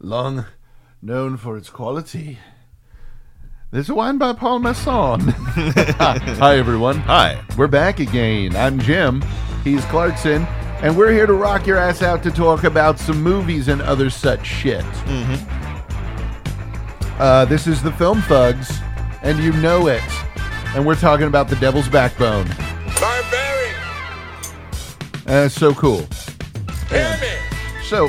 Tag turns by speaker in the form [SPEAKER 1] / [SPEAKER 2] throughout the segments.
[SPEAKER 1] long known for its quality. There's a wine by Paul Masson. Hi, everyone.
[SPEAKER 2] Hi.
[SPEAKER 1] We're back again. I'm Jim. He's Clarkson. And we're here to rock your ass out to talk about some movies and other such shit. Mm-hmm. Uh, this is the Film Thugs, and you know it. And we're talking about The Devil's Backbone.
[SPEAKER 3] Barbaric!
[SPEAKER 1] Uh, so cool.
[SPEAKER 3] Hear me!
[SPEAKER 1] So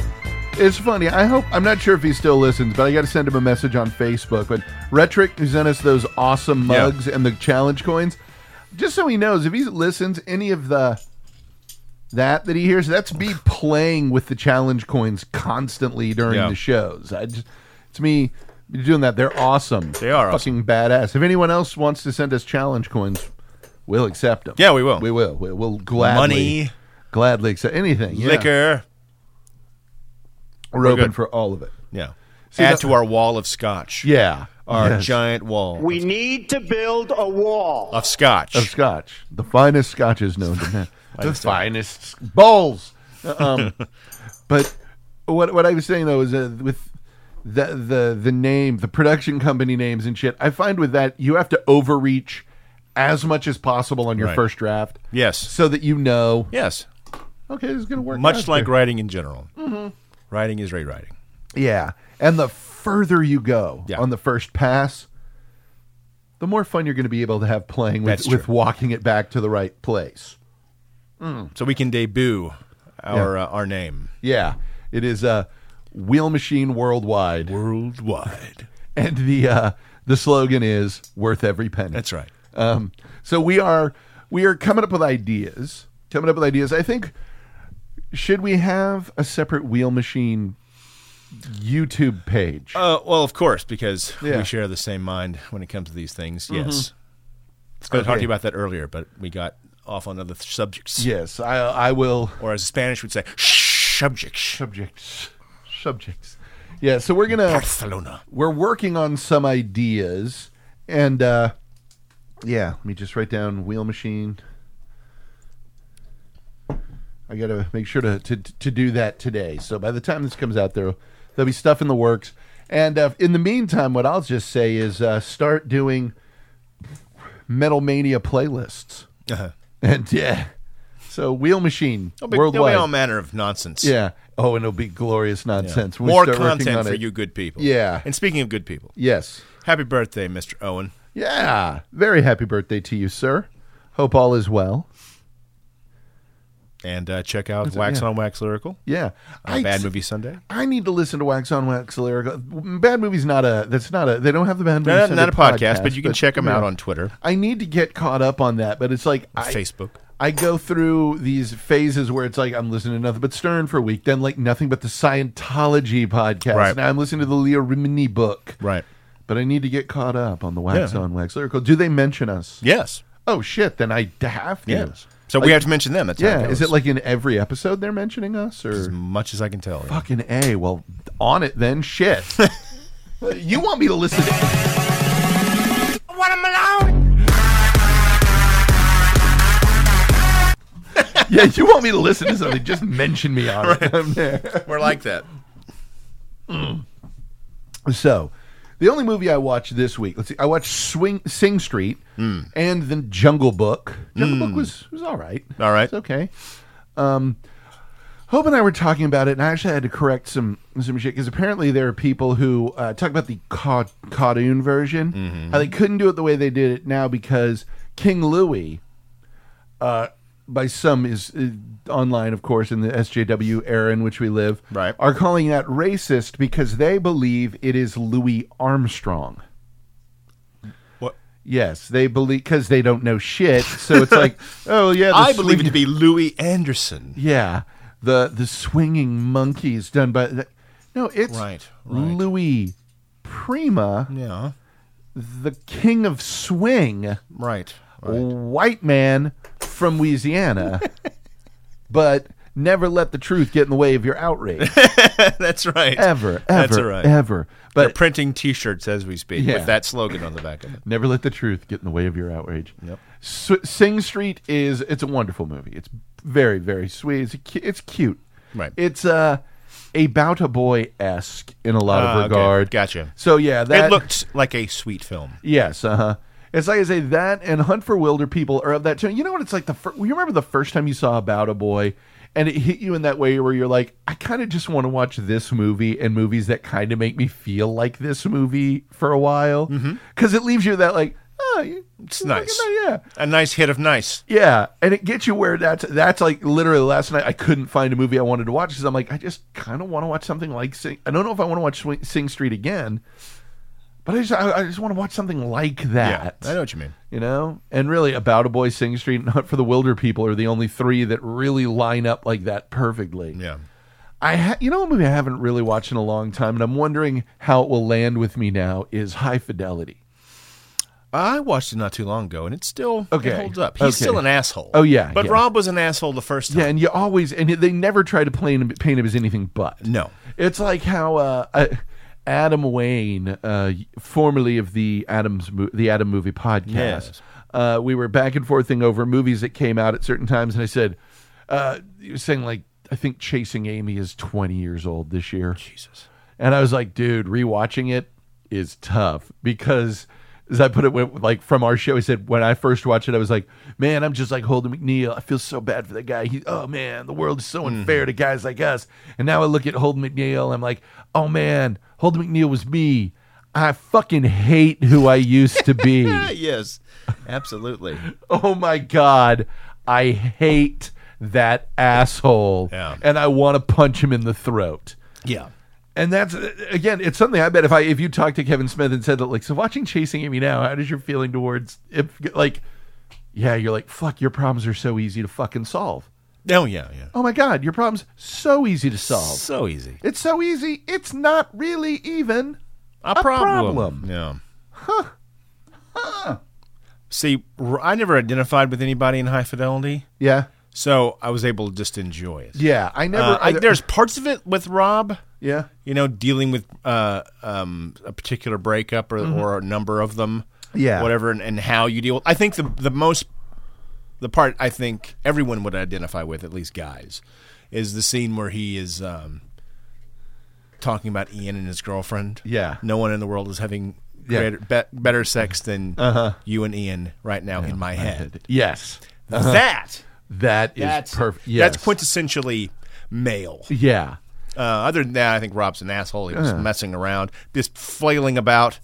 [SPEAKER 1] it's funny. I hope I'm not sure if he still listens, but I got to send him a message on Facebook. But Retrick, who sent us those awesome
[SPEAKER 2] Yeah.
[SPEAKER 1] mugs and the challenge coins, just so he knows if he listens any of the that that he hears, that's me playing with the challenge coins constantly during
[SPEAKER 2] Yeah.
[SPEAKER 1] the shows. I just it's me doing that. They're awesome.
[SPEAKER 2] They are
[SPEAKER 1] fucking badass. If anyone else wants to send us challenge coins, we'll accept them.
[SPEAKER 2] Yeah, we will.
[SPEAKER 1] We will. We will gladly
[SPEAKER 2] Money,
[SPEAKER 1] gladly accept anything. Yeah.
[SPEAKER 2] liquor.
[SPEAKER 1] We're open
[SPEAKER 2] good.
[SPEAKER 1] for all of it.
[SPEAKER 2] Yeah.
[SPEAKER 1] See,
[SPEAKER 2] Add
[SPEAKER 1] that-
[SPEAKER 2] to our wall of scotch.
[SPEAKER 1] Yeah.
[SPEAKER 2] Our
[SPEAKER 1] Yes.
[SPEAKER 2] giant wall
[SPEAKER 4] We need to build a wall.
[SPEAKER 2] of scotch.
[SPEAKER 1] of scotch. The finest scotches known to man. the
[SPEAKER 2] Finest.
[SPEAKER 1] finest bowls. Um, but what what I was saying though is uh, with the the the name, the production company names and shit. I find with that you have to overreach as much as possible on your
[SPEAKER 2] Right.
[SPEAKER 1] first draft.
[SPEAKER 2] Yes.
[SPEAKER 1] so that you know.
[SPEAKER 2] yes.
[SPEAKER 1] Okay, this is gonna work.
[SPEAKER 2] Much
[SPEAKER 1] out
[SPEAKER 2] like
[SPEAKER 1] here.
[SPEAKER 2] writing in general.
[SPEAKER 4] Mm-hmm.
[SPEAKER 2] Writing is rewriting.
[SPEAKER 1] yeah, and the further you go
[SPEAKER 2] Yeah.
[SPEAKER 1] on the first pass. The more fun you're going to be able to have playing with,
[SPEAKER 2] That's true.
[SPEAKER 1] with walking it back to the right place.
[SPEAKER 2] So we can debut our uh, our name
[SPEAKER 1] Yeah, it is uh, Wheel Machine Worldwide,
[SPEAKER 2] worldwide.
[SPEAKER 1] and the uh, the slogan is "Worth every penny."
[SPEAKER 2] That's right.
[SPEAKER 1] Um, so we are we are coming up with ideas. Coming up with ideas. I think should we have a separate Wheel Machine YouTube page?
[SPEAKER 2] Uh, well, of course, because
[SPEAKER 1] Yeah. Mm-hmm.
[SPEAKER 2] we share the same mind when it comes to these things. Yes. I was going to talk to
[SPEAKER 1] Okay.
[SPEAKER 2] you about that earlier, but we got off on other th- subjects.
[SPEAKER 1] yes, I I will.
[SPEAKER 2] Or as Spanish would say, subjects.
[SPEAKER 1] Subjects, subjects. Yeah, so we're gonna
[SPEAKER 2] Barcelona.
[SPEAKER 1] we're working on some ideas and uh yeah let me just write down wheel machine i gotta make sure to to, to do that today so by the time this comes out there there'll be stuff in the works and uh, in the meantime what i'll just say is uh start doing metal mania playlists
[SPEAKER 2] Uh-huh.
[SPEAKER 1] and yeah so wheel machine
[SPEAKER 2] There'll be, there'll be
[SPEAKER 1] worldwide
[SPEAKER 2] all manner of nonsense.
[SPEAKER 1] yeah oh and it'll be glorious
[SPEAKER 2] Yeah.
[SPEAKER 1] nonsense when we
[SPEAKER 2] More
[SPEAKER 1] start working
[SPEAKER 2] content
[SPEAKER 1] on
[SPEAKER 2] for
[SPEAKER 1] it.
[SPEAKER 2] you good people.
[SPEAKER 1] Yeah.
[SPEAKER 2] And speaking of good people,
[SPEAKER 1] yes
[SPEAKER 2] happy birthday, Mr. Owen.
[SPEAKER 1] Yeah. Very happy birthday to you, sir. Hope all is well.
[SPEAKER 2] And uh, check out Wax
[SPEAKER 1] yeah.
[SPEAKER 2] on Wax Lyrical.
[SPEAKER 1] Yeah.
[SPEAKER 2] Uh, Bad Movie Sunday.
[SPEAKER 1] I need to listen to Wax on Wax Lyrical. Bad movie's not a. That's not a. They don't have the bad movie.
[SPEAKER 2] Not,
[SPEAKER 1] Sunday
[SPEAKER 2] not a podcast, but you can check them out
[SPEAKER 1] yeah.
[SPEAKER 2] on Twitter,
[SPEAKER 1] I need to get caught up on that, but it's like I,
[SPEAKER 2] Facebook.
[SPEAKER 1] I go through these phases where it's like I'm listening to nothing but Stern for a week, then like nothing but the Scientology podcast.
[SPEAKER 2] Right.
[SPEAKER 1] Now I'm listening to the Leah Rimini book.
[SPEAKER 2] Right.
[SPEAKER 1] But I need to get caught up on the Wax
[SPEAKER 2] Yeah.
[SPEAKER 1] on Wax Lyrical. Do they mention us?
[SPEAKER 2] Yes.
[SPEAKER 1] Oh shit! Then I have to.
[SPEAKER 2] Yes. So we have to mention them. That's how it
[SPEAKER 1] Yeah, is it
[SPEAKER 2] goes.
[SPEAKER 1] like in every episode they're mentioning us
[SPEAKER 2] as
[SPEAKER 1] or
[SPEAKER 2] much as I can tell? yeah.
[SPEAKER 1] fucking a? Well, on it then, shit. you want me to listen? To-
[SPEAKER 3] What am alone?
[SPEAKER 1] yeah, you want me to listen to something? Just mention me on it. I'm there.
[SPEAKER 2] We're like that.
[SPEAKER 1] So, the only movie I watched this week, let's see, I watched Swing Sing Street
[SPEAKER 2] Hmm.
[SPEAKER 1] and the Jungle Book. Jungle Book was was all right.
[SPEAKER 2] All right.
[SPEAKER 1] It's okay. Um, Hope and I were talking about it, and I actually had to correct some some shit because apparently there are people who uh, talk about the ca- cartoon version.
[SPEAKER 2] Mm-hmm.
[SPEAKER 1] How they couldn't do it the way they did it now because King Louis, uh, by some is uh, online, of course, in the SJW era in which we live,
[SPEAKER 2] Right.
[SPEAKER 1] are calling that racist because they believe it is Louis Armstrong.
[SPEAKER 2] What?
[SPEAKER 1] Yes, they believe because they don't know shit. So it's like, oh yeah, the
[SPEAKER 2] I believe
[SPEAKER 1] swing-
[SPEAKER 2] it to be Louis Anderson.
[SPEAKER 1] yeah, the the swinging monkeys done by the, no, it's
[SPEAKER 2] Right, right.
[SPEAKER 1] Louis Prima,
[SPEAKER 2] Yeah.
[SPEAKER 1] the king of swing,
[SPEAKER 2] Right.
[SPEAKER 1] Oh. white man from Louisiana, but never let the truth get in the way of your outrage
[SPEAKER 2] That's right.
[SPEAKER 1] ever, ever,
[SPEAKER 2] That's right.
[SPEAKER 1] ever.
[SPEAKER 2] They're
[SPEAKER 1] But
[SPEAKER 2] printing T-shirts as we speak
[SPEAKER 1] Yeah.
[SPEAKER 2] with that slogan on the back of it.
[SPEAKER 1] never let the truth get in the way of your outrage.
[SPEAKER 2] Yep.
[SPEAKER 1] S- Sing Street is it's a wonderful movie. It's very very sweet. It's a, cu- it's cute.
[SPEAKER 2] Right.
[SPEAKER 1] It's uh a Bouta Boy esque in a lot
[SPEAKER 2] Ah, okay.
[SPEAKER 1] of regard.
[SPEAKER 2] Gotcha.
[SPEAKER 1] So yeah, that
[SPEAKER 2] it looked like a sweet film.
[SPEAKER 1] Yes, uh huh. It's like I say that and Hunt for Wilder People are of that too. You know what? It's like the fir- you remember the first time you saw About a Boy, and it hit you in that way where you're like, I kind of just want to watch this movie and movies that kind of make me feel like this movie for a while because it leaves you that like, oh, it's
[SPEAKER 2] nice.
[SPEAKER 1] yeah.
[SPEAKER 2] A nice hit of nice.
[SPEAKER 1] Yeah, and it gets you where that's that's like literally last night I couldn't find a movie I wanted to watch because I'm like I just kind of want to watch something like Sing. I don't know if I want to watch Swing, Sing Street again, but I just I, I just want to watch something like that.
[SPEAKER 2] I know what you mean.
[SPEAKER 1] You know, and really, About a Boy, Sing Street, and Hunt for the Wilder People are the only three that really line up like that perfectly.
[SPEAKER 2] Yeah.
[SPEAKER 1] I ha- you know a movie I haven't really watched in a long time, and I'm wondering how it will land with me now is High Fidelity.
[SPEAKER 2] I watched it not too long ago, and it still it
[SPEAKER 1] Okay.
[SPEAKER 2] holds up. He's
[SPEAKER 1] Okay.
[SPEAKER 2] still an asshole.
[SPEAKER 1] Oh, yeah,
[SPEAKER 2] but
[SPEAKER 1] yeah.
[SPEAKER 2] Rob was an asshole the first time.
[SPEAKER 1] Yeah, and you always and they never try to play him, paint him as anything but
[SPEAKER 2] No.
[SPEAKER 1] It's like how uh, uh, Adam Wayne, uh, formerly of the Adams mo- the Adam Movie podcast,
[SPEAKER 2] Yes.
[SPEAKER 1] uh, we were back and forthing over movies that came out at certain times, and I said uh, he was saying like I think Chasing Amy is twenty years old this year. Jesus, and I was like, dude, rewatching it is tough because. As I put it, when- like from our show, he said, when I first watched it, I was like, man, I'm just like Holden McNeil. I feel so bad for that guy. He, oh man, the world is so unfair to guys like us. And now I look at Holden McNeil, I'm like, oh man, Holden McNeil was me. I fucking hate who I used to be.
[SPEAKER 2] Ah, yes, absolutely.
[SPEAKER 1] oh my god, I hate that asshole.
[SPEAKER 2] Yeah.
[SPEAKER 1] And I want to punch him in the throat.
[SPEAKER 2] yeah.
[SPEAKER 1] And that's again, it's something I bet if I if you talked to Kevin Smith and said that like, so watching Chasing Amy now, how does your feeling towards if like, yeah, you're like, fuck, your problems are so easy to fucking solve.
[SPEAKER 2] Oh yeah, yeah.
[SPEAKER 1] Oh my god, your problems so easy to solve.
[SPEAKER 2] So easy.
[SPEAKER 1] It's so easy. It's not really even.
[SPEAKER 2] A,
[SPEAKER 1] problem.
[SPEAKER 2] Yeah. Huh. See, r- I never identified with anybody in high fidelity,
[SPEAKER 1] Yeah,
[SPEAKER 2] so I was able to just enjoy it.
[SPEAKER 1] yeah. I never.
[SPEAKER 2] Uh, I,
[SPEAKER 1] either-
[SPEAKER 2] there's parts of it with Rob,
[SPEAKER 1] yeah,
[SPEAKER 2] you know, dealing with uh, um, a particular breakup or, or a number of them,
[SPEAKER 1] Mm-hmm. Yeah.
[SPEAKER 2] whatever, and, and how you deal. I think the the most the part I think everyone would identify with, at least guys, is the scene where he is um, talking about Ian and his girlfriend.
[SPEAKER 1] Yeah.
[SPEAKER 2] no one in the world is having
[SPEAKER 1] Yeah. Uh-huh.
[SPEAKER 2] greater, be- better sex than you and Ian right now in my head.
[SPEAKER 1] yes.
[SPEAKER 2] That
[SPEAKER 1] That is
[SPEAKER 2] that's
[SPEAKER 1] perfect. Yes.
[SPEAKER 2] That's quintessentially male.
[SPEAKER 1] Yeah.
[SPEAKER 2] Uh, other than that, I think Rob's an asshole. He was messing around, just flailing about.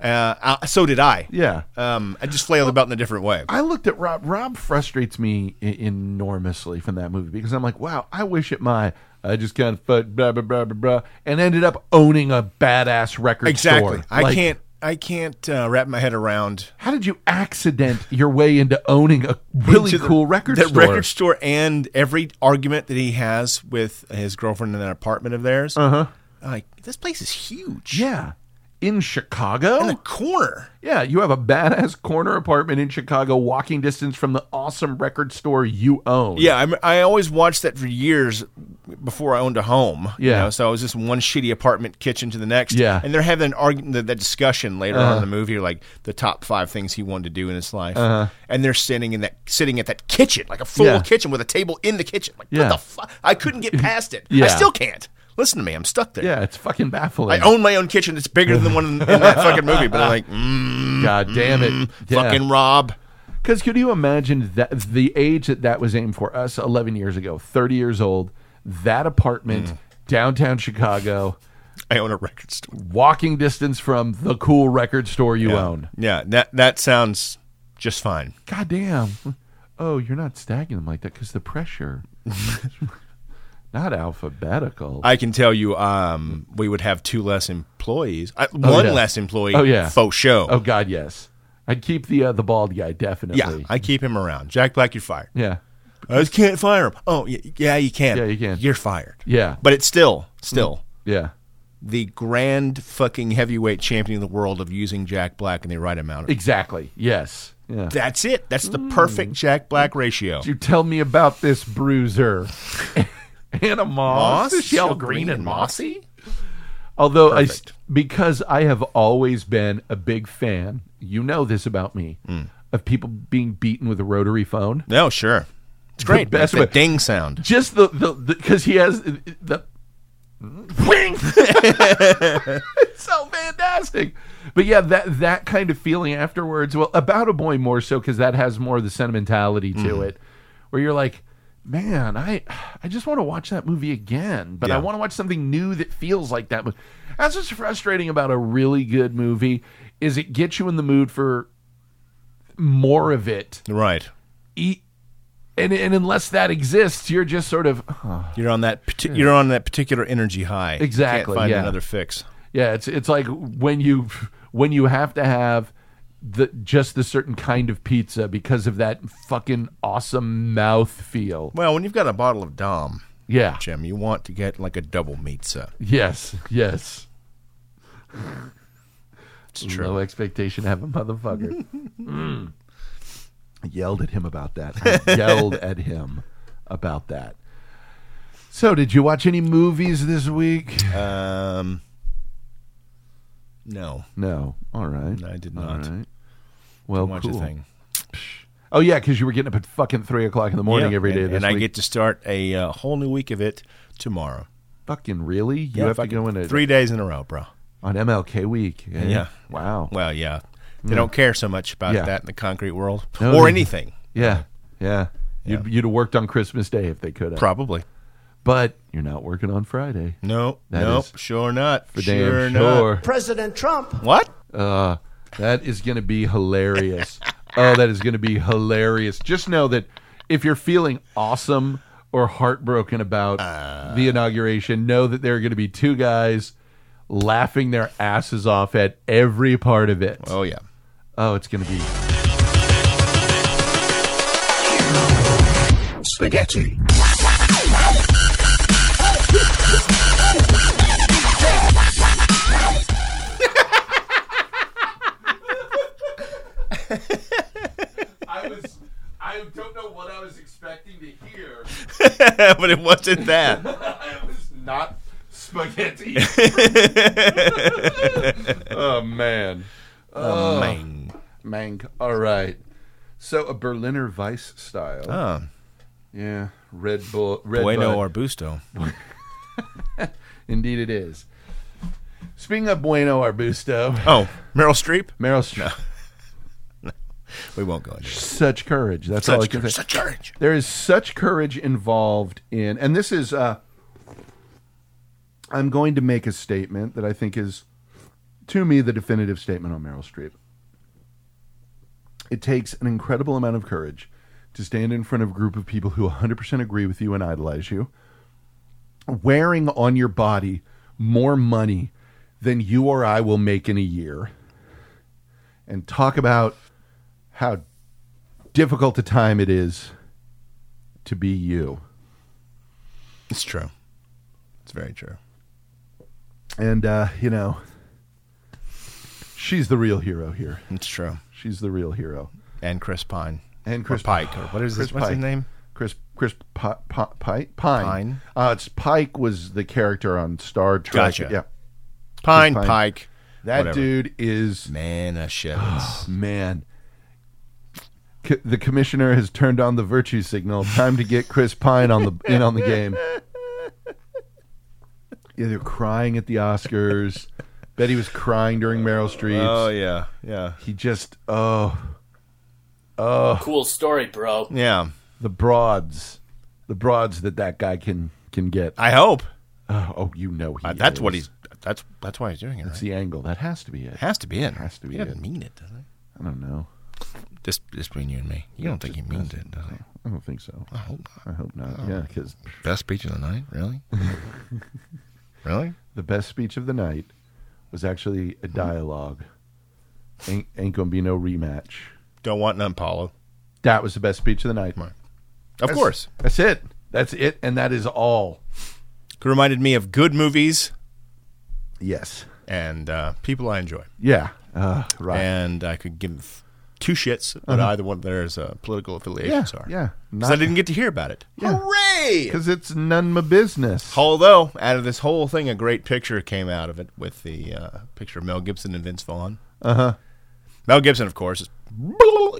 [SPEAKER 2] Uh, uh, so did I.
[SPEAKER 1] Yeah.
[SPEAKER 2] Um, I just flailed about in a different way.
[SPEAKER 1] I looked at Rob. Rob frustrates me e- enormously from that movie because I'm like, wow, I wish it my. I just kind of fucked blah blah blah blah blah, and ended up owning a badass record store.
[SPEAKER 2] exactly. I
[SPEAKER 1] Like,
[SPEAKER 2] can't. I can't uh, wrap my head around
[SPEAKER 1] How did you accident your way into owning a really
[SPEAKER 2] into the-
[SPEAKER 1] cool record
[SPEAKER 2] that
[SPEAKER 1] store?
[SPEAKER 2] record store and every argument that he has with his girlfriend in that apartment of theirs. Uh huh. Like this place is huge.
[SPEAKER 1] Uh-huh. yeah, in Chicago.
[SPEAKER 2] In a corner.
[SPEAKER 1] yeah, you have a badass corner apartment in Chicago, walking distance from the awesome record store you own.
[SPEAKER 2] Yeah, I'm, I always watched that for years before I owned a home. you
[SPEAKER 1] Yeah.
[SPEAKER 2] know, so it was just one shitty apartment kitchen to the next.
[SPEAKER 1] Yeah. Uh-huh.
[SPEAKER 2] and they're having an argument that, that discussion later on in the movie, like the top five things he wanted to do in his life, and they're sitting in that sitting at that kitchen, like a full
[SPEAKER 1] Uh-huh. Yeah.
[SPEAKER 2] kitchen with a table in the kitchen. Like
[SPEAKER 1] Yeah.
[SPEAKER 2] what the fuck? I couldn't get past it.
[SPEAKER 1] Yeah.
[SPEAKER 2] I still can't. Listen to me, I'm stuck there.
[SPEAKER 1] yeah, it's fucking baffling.
[SPEAKER 2] I own my own kitchen. It's bigger than the one in, in that fucking movie. But I'm like, mm,
[SPEAKER 1] God damn it, Yeah.
[SPEAKER 2] Mm-hmm. fucking Rob.
[SPEAKER 1] Because could you imagine that the age that that was aimed for us 11 years ago, 30 years old, that apartment,
[SPEAKER 2] Mm.
[SPEAKER 1] downtown Chicago,
[SPEAKER 2] I own a record store.
[SPEAKER 1] walking distance from the cool record store you own.
[SPEAKER 2] Yeah, that that sounds just fine.
[SPEAKER 1] God damn. Oh, you're not stacking them like that because the pressure. not alphabetical.
[SPEAKER 2] I can tell you, um, we would have two less employees. I, one
[SPEAKER 1] yeah.
[SPEAKER 2] less employee.
[SPEAKER 1] Oh, yeah.
[SPEAKER 2] faux show.
[SPEAKER 1] oh, God, yes. I'd keep the uh, the bald guy,
[SPEAKER 2] yeah,
[SPEAKER 1] definitely.
[SPEAKER 2] I keep him around. Jack Black, you're fired.
[SPEAKER 1] yeah.
[SPEAKER 2] I just can't fire him. Oh, y- yeah, you can.
[SPEAKER 1] Yeah, you can.
[SPEAKER 2] You're fired.
[SPEAKER 1] Yeah. Mm-hmm.
[SPEAKER 2] but it's still, still
[SPEAKER 1] Yeah.
[SPEAKER 2] the grand fucking heavyweight champion of the world of using Jack Black, and they write him out.
[SPEAKER 1] Exactly. Yes. Yeah.
[SPEAKER 2] That's it. That's the perfect Jack Black ratio.
[SPEAKER 1] Mm. you tell me about this bruiser? Anna Moss, Is she all green and mossy. Although I, s-
[SPEAKER 2] Perfect.
[SPEAKER 1] because I have always been a big fan, you know this about me, of people being beaten with a rotary phone.
[SPEAKER 2] No, sure. It's great.
[SPEAKER 1] best
[SPEAKER 2] That's the
[SPEAKER 1] way-
[SPEAKER 2] ding sound.
[SPEAKER 1] Just the the because he has the Wing! so fantastic. But yeah, that that kind of feeling afterwards. Well, about a boy more so because that has more of the sentimentality to it, where you're like, man, I I just want to watch that movie again, but I
[SPEAKER 2] Yeah.
[SPEAKER 1] want to watch something new that feels like that movie. That's what's frustrating about a really good movie is it gets you in the mood for more of it.
[SPEAKER 2] Right.
[SPEAKER 1] E- And, and unless that exists, you're just sort of, "Oh,
[SPEAKER 2] You're on that. Parti- you're on that particular energy high.
[SPEAKER 1] Exactly,
[SPEAKER 2] Can't find
[SPEAKER 1] yeah.
[SPEAKER 2] another fix.
[SPEAKER 1] Yeah, it's it's like when you when you have to have the just the certain kind of pizza because of that fucking awesome mouth feel.
[SPEAKER 2] Well, when you've got a bottle of Dom,
[SPEAKER 1] Yeah.
[SPEAKER 2] Jim, you want to get like a double pizza.
[SPEAKER 1] Yes. Yes.
[SPEAKER 2] It's true.
[SPEAKER 1] Low expectation have a motherfucker. Mm. I yelled at him about that. I yelled at him about that. So, did you watch any movies this week?
[SPEAKER 2] Um, no,
[SPEAKER 1] No. All right.
[SPEAKER 2] I did
[SPEAKER 1] All
[SPEAKER 2] not
[SPEAKER 1] right. Well,
[SPEAKER 2] watch
[SPEAKER 1] cool.
[SPEAKER 2] a thing.
[SPEAKER 1] Oh yeah, because you were getting up at fucking three o'clock in the morning
[SPEAKER 2] Yeah,
[SPEAKER 1] every day.
[SPEAKER 2] and,
[SPEAKER 1] this
[SPEAKER 2] and I
[SPEAKER 1] week.
[SPEAKER 2] get to start a uh, whole new week of it tomorrow.
[SPEAKER 1] Fucking really? You
[SPEAKER 2] Yeah,
[SPEAKER 1] have to
[SPEAKER 2] fucking
[SPEAKER 1] go in at
[SPEAKER 2] three days in a row, bro.
[SPEAKER 1] on MLK week. eh?
[SPEAKER 2] Yeah.
[SPEAKER 1] Wow.
[SPEAKER 2] Well, yeah, they don't care so much about
[SPEAKER 1] Hmm. Yeah.
[SPEAKER 2] that in the concrete world
[SPEAKER 1] No,
[SPEAKER 2] or
[SPEAKER 1] they-
[SPEAKER 2] anything.
[SPEAKER 1] yeah. Yeah. You'd, you'd have worked on Christmas Day if they could have.
[SPEAKER 2] Probably.
[SPEAKER 1] but you're not working on Friday.
[SPEAKER 2] No,
[SPEAKER 1] That
[SPEAKER 2] nope,
[SPEAKER 1] is
[SPEAKER 2] sure not.
[SPEAKER 1] For
[SPEAKER 2] sure
[SPEAKER 1] damn
[SPEAKER 2] not.
[SPEAKER 1] sure.
[SPEAKER 4] President Trump.
[SPEAKER 2] What?
[SPEAKER 1] Uh, that is going to be hilarious. oh, that is going to be hilarious. Just know that if you're feeling awesome or heartbroken about
[SPEAKER 2] Uh.
[SPEAKER 1] the inauguration, know that there are going to be two guys laughing their asses off at every part of it.
[SPEAKER 2] Oh yeah.
[SPEAKER 1] Oh, it's going to be.
[SPEAKER 5] Spaghetti.
[SPEAKER 1] I was. I don't know what I was expecting to hear.
[SPEAKER 2] but it wasn't that.
[SPEAKER 1] I was not spaghetti. oh man,
[SPEAKER 2] Oh. Mang.
[SPEAKER 1] mang. All right. So a Berliner Weiss style.
[SPEAKER 2] Oh,
[SPEAKER 1] Yeah, Red Bull. Red
[SPEAKER 2] bueno
[SPEAKER 1] Bud.
[SPEAKER 2] or busto.
[SPEAKER 1] Indeed, it is. Speaking of Bueno Arbusto,
[SPEAKER 2] Oh, Meryl Streep.
[SPEAKER 1] Meryl Streep.
[SPEAKER 2] We won't go into it.
[SPEAKER 1] Such courage. That's all I
[SPEAKER 2] Such,
[SPEAKER 1] can say.
[SPEAKER 2] courage, such courage.
[SPEAKER 1] There is such courage involved in, and this is. Uh, I'm going to make a statement that I think is, to me, the definitive statement on Meryl Streep. It takes an incredible amount of courage to stand in front of a group of people who 100% agree with you and idolize you, wearing on your body more money than you or I will make in a year, and talk about how difficult a time it is to be you.
[SPEAKER 2] It's true. It's very true.
[SPEAKER 1] And, uh, you know, she's the real hero here.
[SPEAKER 2] It's true.
[SPEAKER 1] She's the real hero.
[SPEAKER 2] And Chris Pine.
[SPEAKER 1] And
[SPEAKER 2] Or
[SPEAKER 1] Chris
[SPEAKER 2] Pike. Or what is
[SPEAKER 1] Chris
[SPEAKER 2] his, what's his
[SPEAKER 1] Pike.
[SPEAKER 2] name?
[SPEAKER 1] Chris Chris Pi- Pi- Pi- Pine.
[SPEAKER 2] Pine?
[SPEAKER 1] Uh, it's Pike was the character on Star Trek.
[SPEAKER 2] Gotcha.
[SPEAKER 1] Yeah,
[SPEAKER 2] Pine,
[SPEAKER 1] Pine.
[SPEAKER 2] Pike.
[SPEAKER 1] that
[SPEAKER 2] whatever.
[SPEAKER 1] dude is
[SPEAKER 2] Man of shepherds.
[SPEAKER 1] man. C- the commissioner has turned on the virtue signal. Time to get Chris Pine on the in on the game. Yeah, they're crying at the Oscars. Betty was crying during Meryl Streep.
[SPEAKER 2] Oh, yeah. Yeah.
[SPEAKER 1] He just oh
[SPEAKER 6] Cool story, bro.
[SPEAKER 2] Yeah.
[SPEAKER 1] the broads, the broads that that guy can can get.
[SPEAKER 2] I hope.
[SPEAKER 1] Oh, oh, you know he.
[SPEAKER 2] Uh, that's what
[SPEAKER 1] is.
[SPEAKER 2] he's. That's that's why he's doing it.
[SPEAKER 1] It's
[SPEAKER 2] Right?
[SPEAKER 1] the angle. That has to be it.
[SPEAKER 2] Has to be it.
[SPEAKER 1] Has to be
[SPEAKER 2] He doesn't
[SPEAKER 1] it.
[SPEAKER 2] mean it, does he?
[SPEAKER 1] I don't know.
[SPEAKER 2] This this between you and me. You don't think he means it, does he?
[SPEAKER 1] I don't think so.
[SPEAKER 2] I hope not.
[SPEAKER 1] I hope
[SPEAKER 2] Oh.
[SPEAKER 1] not. Yeah, because
[SPEAKER 2] Best speech of the night, really? really?
[SPEAKER 1] the best speech of the night was actually a dialogue. Ain't, ain't gonna be no rematch.
[SPEAKER 2] Don't want none, Paulo.
[SPEAKER 1] That was the best speech of the night.
[SPEAKER 2] Right. Of
[SPEAKER 1] That's-
[SPEAKER 2] course.
[SPEAKER 1] That's it. That's it, and that is all.
[SPEAKER 2] It reminded me of good movies
[SPEAKER 1] Yes.
[SPEAKER 2] and uh, people I enjoy.
[SPEAKER 1] Yeah. Uh, right. Uh-huh.
[SPEAKER 2] And I could give two shits about either one of their uh, political
[SPEAKER 1] yeah.
[SPEAKER 2] affiliations are.
[SPEAKER 1] Yeah.
[SPEAKER 2] Because I didn't get to hear about it.
[SPEAKER 1] Yeah.
[SPEAKER 2] Hooray!
[SPEAKER 1] because it's none my business.
[SPEAKER 2] Although, out of this whole thing, a great picture came out of it with the uh, picture of Mel Gibson and Vince Vaughn. Uh huh. Mel Gibson, of course, is,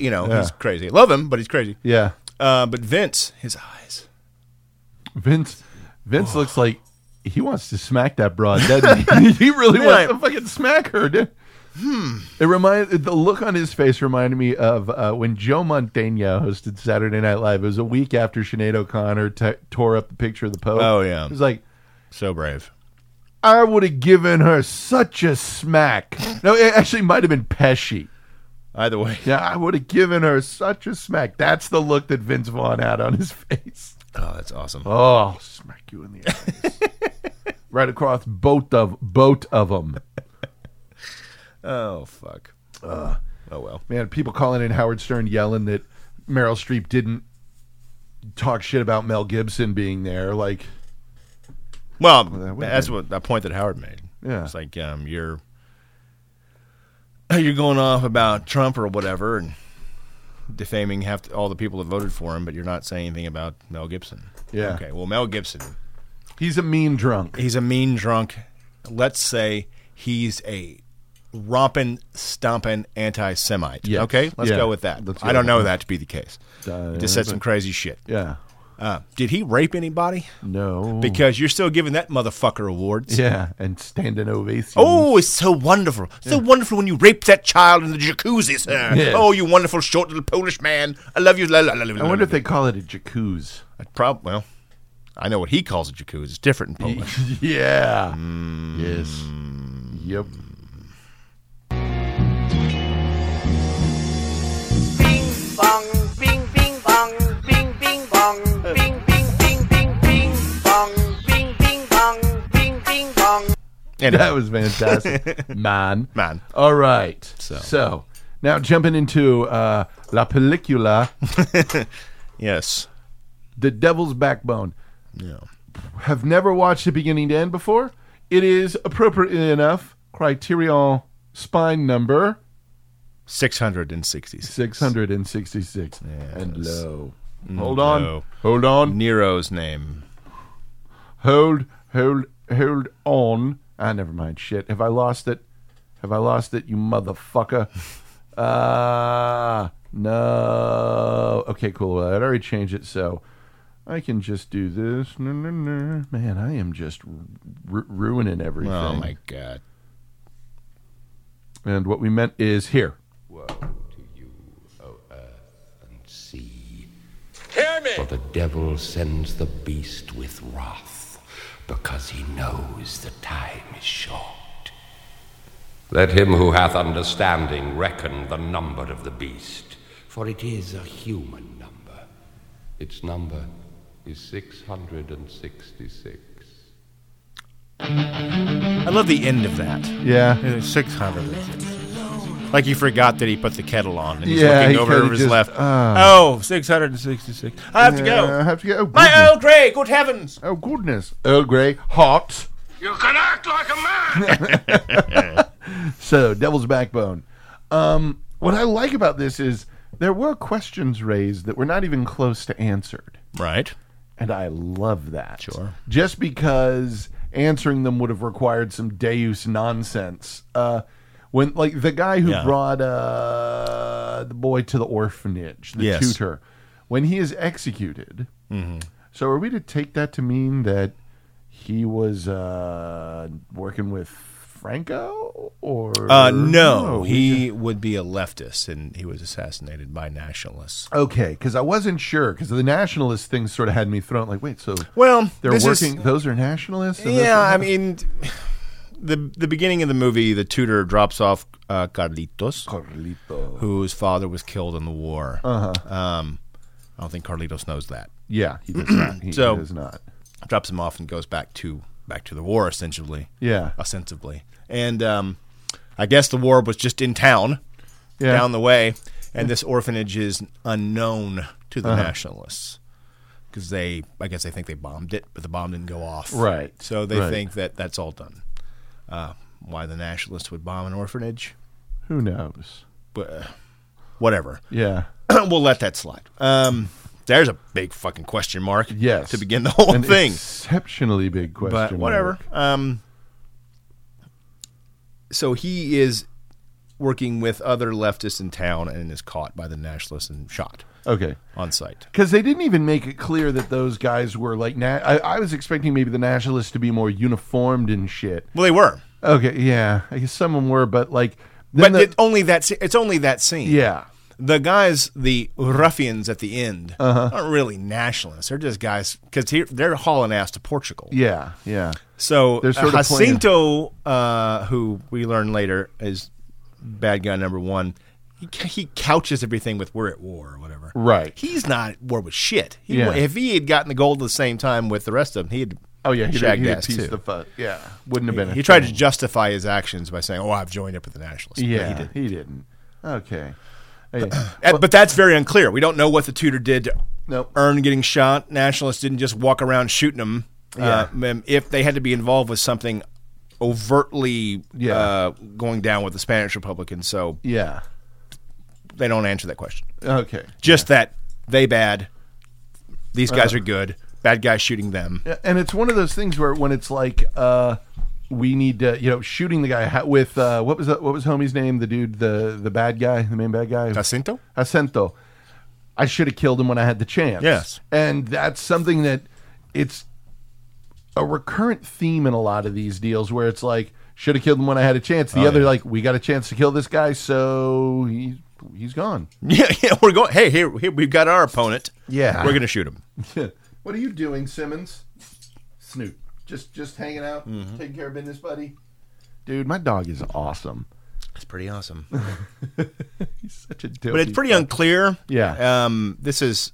[SPEAKER 2] you know, he's
[SPEAKER 1] Uh-huh. Yeah.
[SPEAKER 2] crazy. Love him, but he's crazy.
[SPEAKER 1] Yeah.
[SPEAKER 2] Uh, but Vince, his eyes.
[SPEAKER 1] Vince. Vince looks like he wants to smack that broad, doesn't he? he really
[SPEAKER 2] Right.
[SPEAKER 1] wants to fucking smack her, dude.
[SPEAKER 2] Hmm.
[SPEAKER 1] It reminded the look on his face reminded me of uh, when Joe Montana hosted Saturday Night Live. It was a week after Sinead O'Connor t- tore up the picture of the Pope.
[SPEAKER 2] Oh, yeah.
[SPEAKER 1] it was like
[SPEAKER 2] So brave.
[SPEAKER 1] I would have given her such a smack. No, it actually might have been Pesci.
[SPEAKER 2] Either way.
[SPEAKER 1] Yeah, I would have given her such a smack. That's the look that Vince Vaughn had on his face.
[SPEAKER 2] Oh, that's awesome.
[SPEAKER 1] Oh, I'll smack you in the eyes. right across both of both of them.
[SPEAKER 2] Oh fuck.
[SPEAKER 1] Uh-huh.
[SPEAKER 2] oh well.
[SPEAKER 1] Man, people calling in Howard Stern yelling that Meryl Streep didn't talk shit about Mel Gibson being there. Like,
[SPEAKER 2] Well,
[SPEAKER 1] that would've
[SPEAKER 2] that's what that point that Howard made.
[SPEAKER 1] Yeah.
[SPEAKER 2] It's like um, you're you're going off about Trump or whatever and defaming half all the people that voted for him, but you're not saying anything about Mel Gibson.
[SPEAKER 1] Yeah.
[SPEAKER 2] Okay. Well, Mel Gibson,
[SPEAKER 1] he's a mean drunk.
[SPEAKER 2] he's a mean drunk. Let's say he's a romping, stomping anti-Semite.
[SPEAKER 1] Yes.
[SPEAKER 2] Okay. Let's
[SPEAKER 1] Yeah.
[SPEAKER 2] go with that.
[SPEAKER 1] Let's
[SPEAKER 2] I
[SPEAKER 1] go
[SPEAKER 2] don't
[SPEAKER 1] with
[SPEAKER 2] know
[SPEAKER 1] that.
[SPEAKER 2] that to be the case.
[SPEAKER 1] Uh,
[SPEAKER 2] Just said some crazy shit.
[SPEAKER 1] Yeah.
[SPEAKER 2] Uh, did he rape anybody?
[SPEAKER 1] No.
[SPEAKER 2] Because you're still giving that motherfucker awards.
[SPEAKER 1] yeah, and standing ovation.
[SPEAKER 2] Oh, it's so wonderful. So wonderful when you raped that child in the jacuzzi, sir.
[SPEAKER 1] Yes.
[SPEAKER 2] Oh, you wonderful short little Polish man. I love you. La, la, la, la,
[SPEAKER 1] I wonder if they call it a jacuzzi.
[SPEAKER 2] Prob- well, I know what he calls a jacuzzi. It's different in Polish.
[SPEAKER 1] yeah.
[SPEAKER 2] Mm.
[SPEAKER 1] Yes. Yep.
[SPEAKER 5] Bing bong, bing bing bong, bing bing bong, bing bing bing bing bing bong, bing bing bong, bing bing bong.
[SPEAKER 2] And
[SPEAKER 1] That was fantastic, man.
[SPEAKER 2] Man.
[SPEAKER 1] All right. So, now jumping into uh, La Película,
[SPEAKER 2] yes.
[SPEAKER 1] The Devil's Backbone.
[SPEAKER 2] Yeah.
[SPEAKER 1] Have never watched it beginning to end before. It is appropriately enough Criterion spine number
[SPEAKER 2] 666.
[SPEAKER 1] six hundred and sixty-six and
[SPEAKER 2] Yes. Mm,
[SPEAKER 1] low. Hold on.
[SPEAKER 2] low.
[SPEAKER 1] Hold on.
[SPEAKER 2] Nero's name.
[SPEAKER 1] Hold. Hold. Hold on. Ah, never mind. Shit. Have I lost it? Have I lost it? You motherfucker. Ah, no. Okay, cool. Well, I'd already changed it, so I can just do this. No, no, no. Man, I am just ru- ruining everything.
[SPEAKER 2] Oh, my God.
[SPEAKER 1] And what we meant is here.
[SPEAKER 7] see.
[SPEAKER 3] Hear me.
[SPEAKER 7] For the devil sends the beast with wrath, because he knows the time is short. Let him who hath understanding reckon the number of the beast, for it is a human number. Its number is 666.
[SPEAKER 2] I love the end of that.
[SPEAKER 1] Yeah.
[SPEAKER 2] Uh, 600. Like he forgot that he put the kettle on and he's
[SPEAKER 1] Yeah,
[SPEAKER 2] looking
[SPEAKER 1] he
[SPEAKER 2] over
[SPEAKER 1] kinda
[SPEAKER 2] over his
[SPEAKER 1] just,
[SPEAKER 2] left.
[SPEAKER 1] uh,
[SPEAKER 2] oh, 666. I have to go.
[SPEAKER 1] Uh, I have to go. Oh,
[SPEAKER 2] My
[SPEAKER 1] goodness.
[SPEAKER 2] Earl Grey, good heavens.
[SPEAKER 1] Oh, goodness. Earl Grey, hot.
[SPEAKER 3] You can act like a man.
[SPEAKER 1] So, Devil's Backbone. Um, what I like about this is there were questions raised that were not even close to answered.
[SPEAKER 2] Right.
[SPEAKER 1] And I love that.
[SPEAKER 2] Sure.
[SPEAKER 1] Just because answering them would have required some Deus nonsense. Uh, when like the guy who
[SPEAKER 2] Yeah.
[SPEAKER 1] brought uh, the boy to the orphanage, the
[SPEAKER 2] Yes. Mm-hmm.
[SPEAKER 1] tutor, when he is executed. So are we to take that to mean that he was uh, working with Franco or
[SPEAKER 2] Uh, no,
[SPEAKER 1] we
[SPEAKER 2] he would be a leftist, and he was assassinated by nationalists.
[SPEAKER 1] Okay, because I wasn't sure because the nationalist thing sort of had me thrown. Like, wait, so
[SPEAKER 2] Well,
[SPEAKER 1] they're
[SPEAKER 2] this is-
[SPEAKER 1] working? those are nationalists. and those
[SPEAKER 2] yeah,
[SPEAKER 1] are
[SPEAKER 2] I mean, the the beginning of the movie, the tutor drops off uh, Carlitos,
[SPEAKER 1] Carlito. Uh-huh.
[SPEAKER 2] whose father was killed in the war. Um, I don't think Carlitos knows that.
[SPEAKER 1] Yeah, he does not. He,
[SPEAKER 2] So-
[SPEAKER 1] he does not.
[SPEAKER 2] Drops him off and goes back to back to the war, essentially.
[SPEAKER 1] Yeah.
[SPEAKER 2] Uh, ostensibly, and um, I guess the war was just in town.
[SPEAKER 1] Yeah.
[SPEAKER 2] down the way, and this orphanage is unknown to the
[SPEAKER 1] Uh-huh.
[SPEAKER 2] nationalists because they, I guess, they think they bombed it, but the bomb didn't go off.
[SPEAKER 1] Right.
[SPEAKER 2] So they
[SPEAKER 1] Right.
[SPEAKER 2] think that that's all done. Uh, why the nationalists would bomb an orphanage,
[SPEAKER 1] Who knows?
[SPEAKER 2] but uh, whatever.
[SPEAKER 1] Yeah.
[SPEAKER 2] we'll let that slide. Um, there's a big fucking question mark.
[SPEAKER 1] Yes.
[SPEAKER 2] To begin the whole
[SPEAKER 1] An
[SPEAKER 2] thing
[SPEAKER 1] Exceptionally big question.
[SPEAKER 2] Um, but whatever.
[SPEAKER 1] mark.
[SPEAKER 2] Um, so he is working with other leftists in town and is caught by the nationalists and shot
[SPEAKER 1] Okay.
[SPEAKER 2] on site.
[SPEAKER 1] Because they didn't even make it clear that those guys were like. Na- I, I was expecting maybe the nationalists to be more uniformed and shit.
[SPEAKER 2] Well, they were,
[SPEAKER 1] Okay, yeah, I guess some of them were, but like,
[SPEAKER 2] but
[SPEAKER 1] then the-
[SPEAKER 2] it, only that. se- It's only that scene.
[SPEAKER 1] yeah,
[SPEAKER 2] the guys, the ruffians at the end,
[SPEAKER 1] Uh-huh.
[SPEAKER 2] aren't really nationalists. They're just guys because they're hauling ass to Portugal.
[SPEAKER 1] yeah, yeah.
[SPEAKER 2] So
[SPEAKER 1] They're sort of playing-
[SPEAKER 2] Jacinto, uh, who we learn later is bad guy number one, he, ca- he couches everything with "we're at war" or whatever.
[SPEAKER 1] Right.
[SPEAKER 2] He's not at war with shit. He,
[SPEAKER 1] Yeah.
[SPEAKER 2] If he had gotten the gold at the same time with the rest of them, he'd
[SPEAKER 1] Oh yeah, he'd,
[SPEAKER 2] shagged
[SPEAKER 1] he'd
[SPEAKER 2] ass
[SPEAKER 1] piece
[SPEAKER 2] too.
[SPEAKER 1] the fuck. Yeah, wouldn't have been. a
[SPEAKER 2] he tried to
[SPEAKER 1] thing.
[SPEAKER 2] justify his actions by saying, "Oh, I've joined up with the nationalists." But
[SPEAKER 1] Yeah,
[SPEAKER 2] he
[SPEAKER 1] he, did.
[SPEAKER 2] didn't.
[SPEAKER 1] not Okay. Hey,
[SPEAKER 2] Uh, but that's very unclear. We don't know what the tutor did to
[SPEAKER 1] Nope.
[SPEAKER 2] earn getting shot. Nationalists didn't just walk around shooting them. Uh, mem- if they had to be involved with something overtly
[SPEAKER 1] Yeah.
[SPEAKER 2] uh, going down with the Spanish Republicans, so
[SPEAKER 1] yeah.
[SPEAKER 2] they don't answer that question.
[SPEAKER 1] Okay.
[SPEAKER 2] Just that they bad, these guys are good. Bad guys shooting them.
[SPEAKER 1] and it's one of those things where when it's like uh we need to you know shooting the guy ha- with uh what was that what was homie's name the dude the the bad guy the main bad guy
[SPEAKER 2] Jacinto?
[SPEAKER 1] Jacinto I should have killed him when I had the chance
[SPEAKER 2] Yes.
[SPEAKER 1] and that's something that it's a recurrent theme in a lot of these deals where it's like should have killed him when I had a chance the other like we got a chance to kill this guy so he he's gone
[SPEAKER 2] Yeah, yeah. We're going. Hey, here, here we've got our opponent.
[SPEAKER 1] Yeah.
[SPEAKER 2] we're gonna shoot him.
[SPEAKER 1] what are you doing, Simmons? Snoop. Just just hanging out, taking care of business, buddy. Mm-hmm. Dude, my dog is awesome.
[SPEAKER 2] That's pretty awesome.
[SPEAKER 1] He's such a dope.
[SPEAKER 2] but it's pretty unclear.
[SPEAKER 1] Yeah.
[SPEAKER 2] Um, this is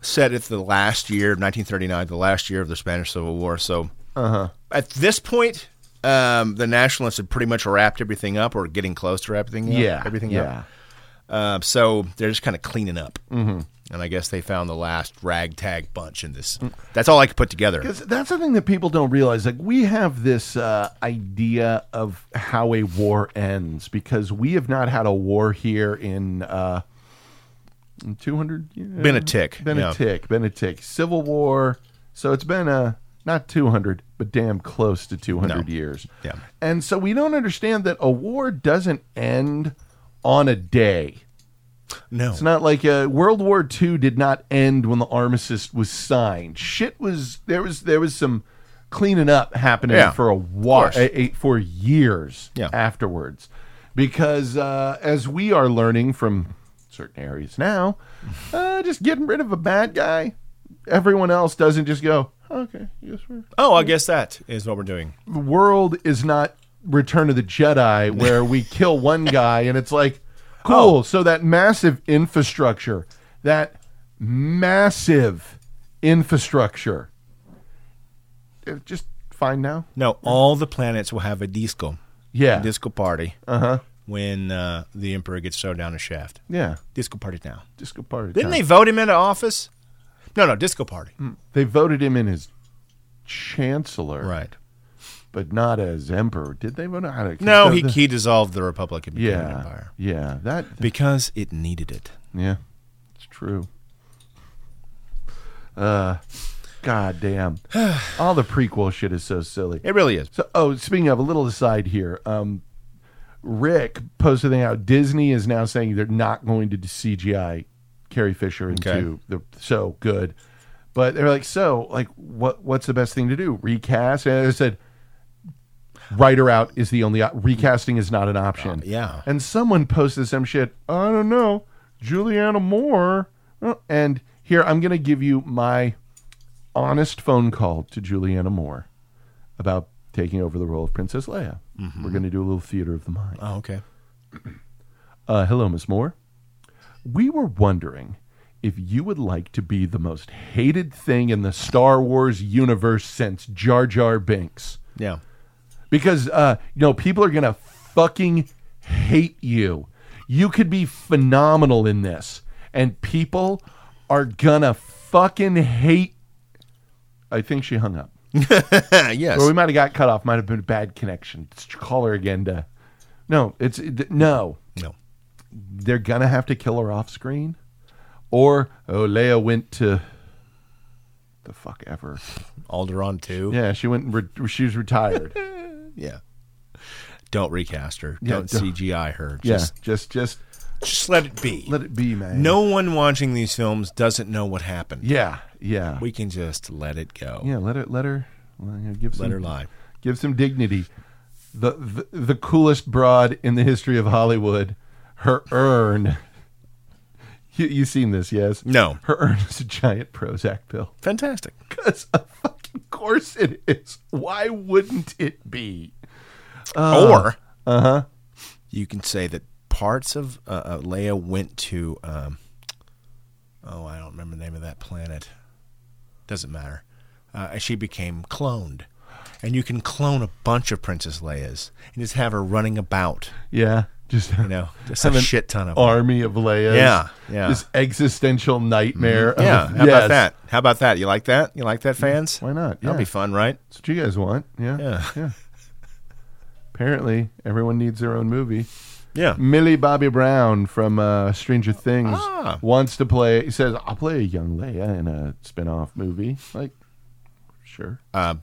[SPEAKER 2] set at the last year of 1939, the last year of the Spanish Civil War. So
[SPEAKER 1] Uh-huh.
[SPEAKER 2] at this point, um, the Nationalists had pretty much wrapped everything up or getting close to wrapping everything up,
[SPEAKER 1] yeah,
[SPEAKER 2] everything
[SPEAKER 1] Yeah.
[SPEAKER 2] up. Uh, so they're just kind of cleaning up. Mm-hmm. And I guess they found the last ragtag bunch in this. That's all I could put together.
[SPEAKER 1] Because that's the thing that people don't realize. Like we have this uh, idea of how a war ends because we have not had a war here in uh, two hundred.
[SPEAKER 2] Been a tick,
[SPEAKER 1] Been
[SPEAKER 2] yeah.
[SPEAKER 1] a tick. Been a tick. Civil War. So it's been uh not two hundred, but damn close to two hundred
[SPEAKER 2] No.
[SPEAKER 1] years.
[SPEAKER 2] Yeah.
[SPEAKER 1] And so we don't understand that a war doesn't end on a day.
[SPEAKER 2] No.
[SPEAKER 1] It's not like uh, World War II did not end when the armistice was signed. Shit was there was there was some cleaning up happening
[SPEAKER 2] Yeah,
[SPEAKER 1] for a while, a, a- for years
[SPEAKER 2] Yeah.
[SPEAKER 1] afterwards, because uh, as we are learning from certain areas now, uh, just getting rid of a bad guy, everyone else doesn't just go okay. I guess we're
[SPEAKER 2] oh, I guess that is what we're doing.
[SPEAKER 1] the world is not Return of the Jedi where we kill one guy and it's like, cool. So that massive infrastructure, that massive infrastructure, eh, just fine now.
[SPEAKER 2] No, all the planets will have a disco.
[SPEAKER 1] Yeah,
[SPEAKER 2] disco party. Uh-huh. When uh, the emperor gets thrown down a shaft.
[SPEAKER 1] yeah.
[SPEAKER 2] Disco party now.
[SPEAKER 1] Disco party.
[SPEAKER 2] Didn't
[SPEAKER 1] time.
[SPEAKER 2] they vote him into office? No, no, disco party.
[SPEAKER 1] They voted him in as chancellor,
[SPEAKER 2] Right.
[SPEAKER 1] But not as emperor. Did they vote? him? I don't-
[SPEAKER 2] No, he,
[SPEAKER 1] the-
[SPEAKER 2] he dissolved the republic and became an
[SPEAKER 1] Yeah,
[SPEAKER 2] empire
[SPEAKER 1] yeah. That
[SPEAKER 2] because it needed it.
[SPEAKER 1] Yeah, it's true. Uh, God damn. All the prequel shit is so silly.
[SPEAKER 2] It really is.
[SPEAKER 1] So, oh, speaking of, a little aside here. Um, Rick posted a thing out. Disney is now saying they're not going to CGI Carrie Fisher into
[SPEAKER 2] Okay.
[SPEAKER 1] the so good, but they're like, so like, what what's the best thing to do? Recast? And I said, writer out is the only op- recasting is not an option.
[SPEAKER 2] Uh, yeah.
[SPEAKER 1] And someone posted some shit. I don't know, Juliana Moore. Uh, And here I'm gonna give you my honest phone call to Juliana Moore about taking over the role of Princess Leia. We're going to do a little theater of the mind.
[SPEAKER 2] Oh, okay.
[SPEAKER 1] Uh, hello, Miss Moore. We were wondering if you would like to be the most hated thing in the Star Wars universe since Jar Jar Binks,
[SPEAKER 2] Yeah.
[SPEAKER 1] because uh, you know people are going to fucking hate you. You could be phenomenal in this, and people are gonna fucking hate. I think she hung up. Uh,
[SPEAKER 2] yes.
[SPEAKER 1] Or we might have got cut off. Might have been a bad connection. Just call her again to. No, it's it- no.
[SPEAKER 2] no.
[SPEAKER 1] They're gonna have to kill her off screen, or oh, Leia went to. The fuck ever.
[SPEAKER 2] Alderon too.
[SPEAKER 1] Yeah, she went. Re- she was retired.
[SPEAKER 2] Yeah. don't recast her.
[SPEAKER 1] Yeah,
[SPEAKER 2] don't
[SPEAKER 1] don't-
[SPEAKER 2] CGI her.
[SPEAKER 1] Yeah,
[SPEAKER 2] Just,
[SPEAKER 1] just just
[SPEAKER 2] just let it be.
[SPEAKER 1] let it be, man.
[SPEAKER 2] No one watching these films doesn't know what happened.
[SPEAKER 1] Yeah, yeah,
[SPEAKER 2] We can just let it go.
[SPEAKER 1] yeah. Let it, let her, let her give some,
[SPEAKER 2] Let her lie.
[SPEAKER 1] give some dignity. The, the the coolest broad in the history of Hollywood, her urn. You you seen this? Yes.
[SPEAKER 2] No.
[SPEAKER 1] Her urn is a giant Prozac pill.
[SPEAKER 2] Fantastic.
[SPEAKER 1] Because of fucking course it is. Why wouldn't it be?
[SPEAKER 2] or uh-huh. you can say that parts of uh, uh, Leia went to um, oh I don't remember the name of that planet. Doesn't matter. Uh, and she became cloned, and you can clone a bunch of Princess Leias and just have her running about.
[SPEAKER 1] Yeah. Just
[SPEAKER 2] You know, just a
[SPEAKER 1] an
[SPEAKER 2] shit ton of.
[SPEAKER 1] army of Leia's.
[SPEAKER 2] Yeah, yeah. Mm-hmm.
[SPEAKER 1] This existential nightmare. of-
[SPEAKER 2] yeah, how
[SPEAKER 1] yes. Mm,
[SPEAKER 2] about that? How about that? You like that? You like that, fans?
[SPEAKER 1] Why not?
[SPEAKER 2] That'll
[SPEAKER 1] Yeah.
[SPEAKER 2] be fun, right?
[SPEAKER 1] That's what you guys want. Yeah.
[SPEAKER 2] Yeah.
[SPEAKER 1] Apparently, everyone needs their own movie.
[SPEAKER 2] Yeah.
[SPEAKER 1] Millie Bobby Brown from uh, Stranger Things
[SPEAKER 2] Ah.
[SPEAKER 1] wants to play. He says, "I'll play a young Leia in a spin-off movie." Like, sure.
[SPEAKER 2] Uh,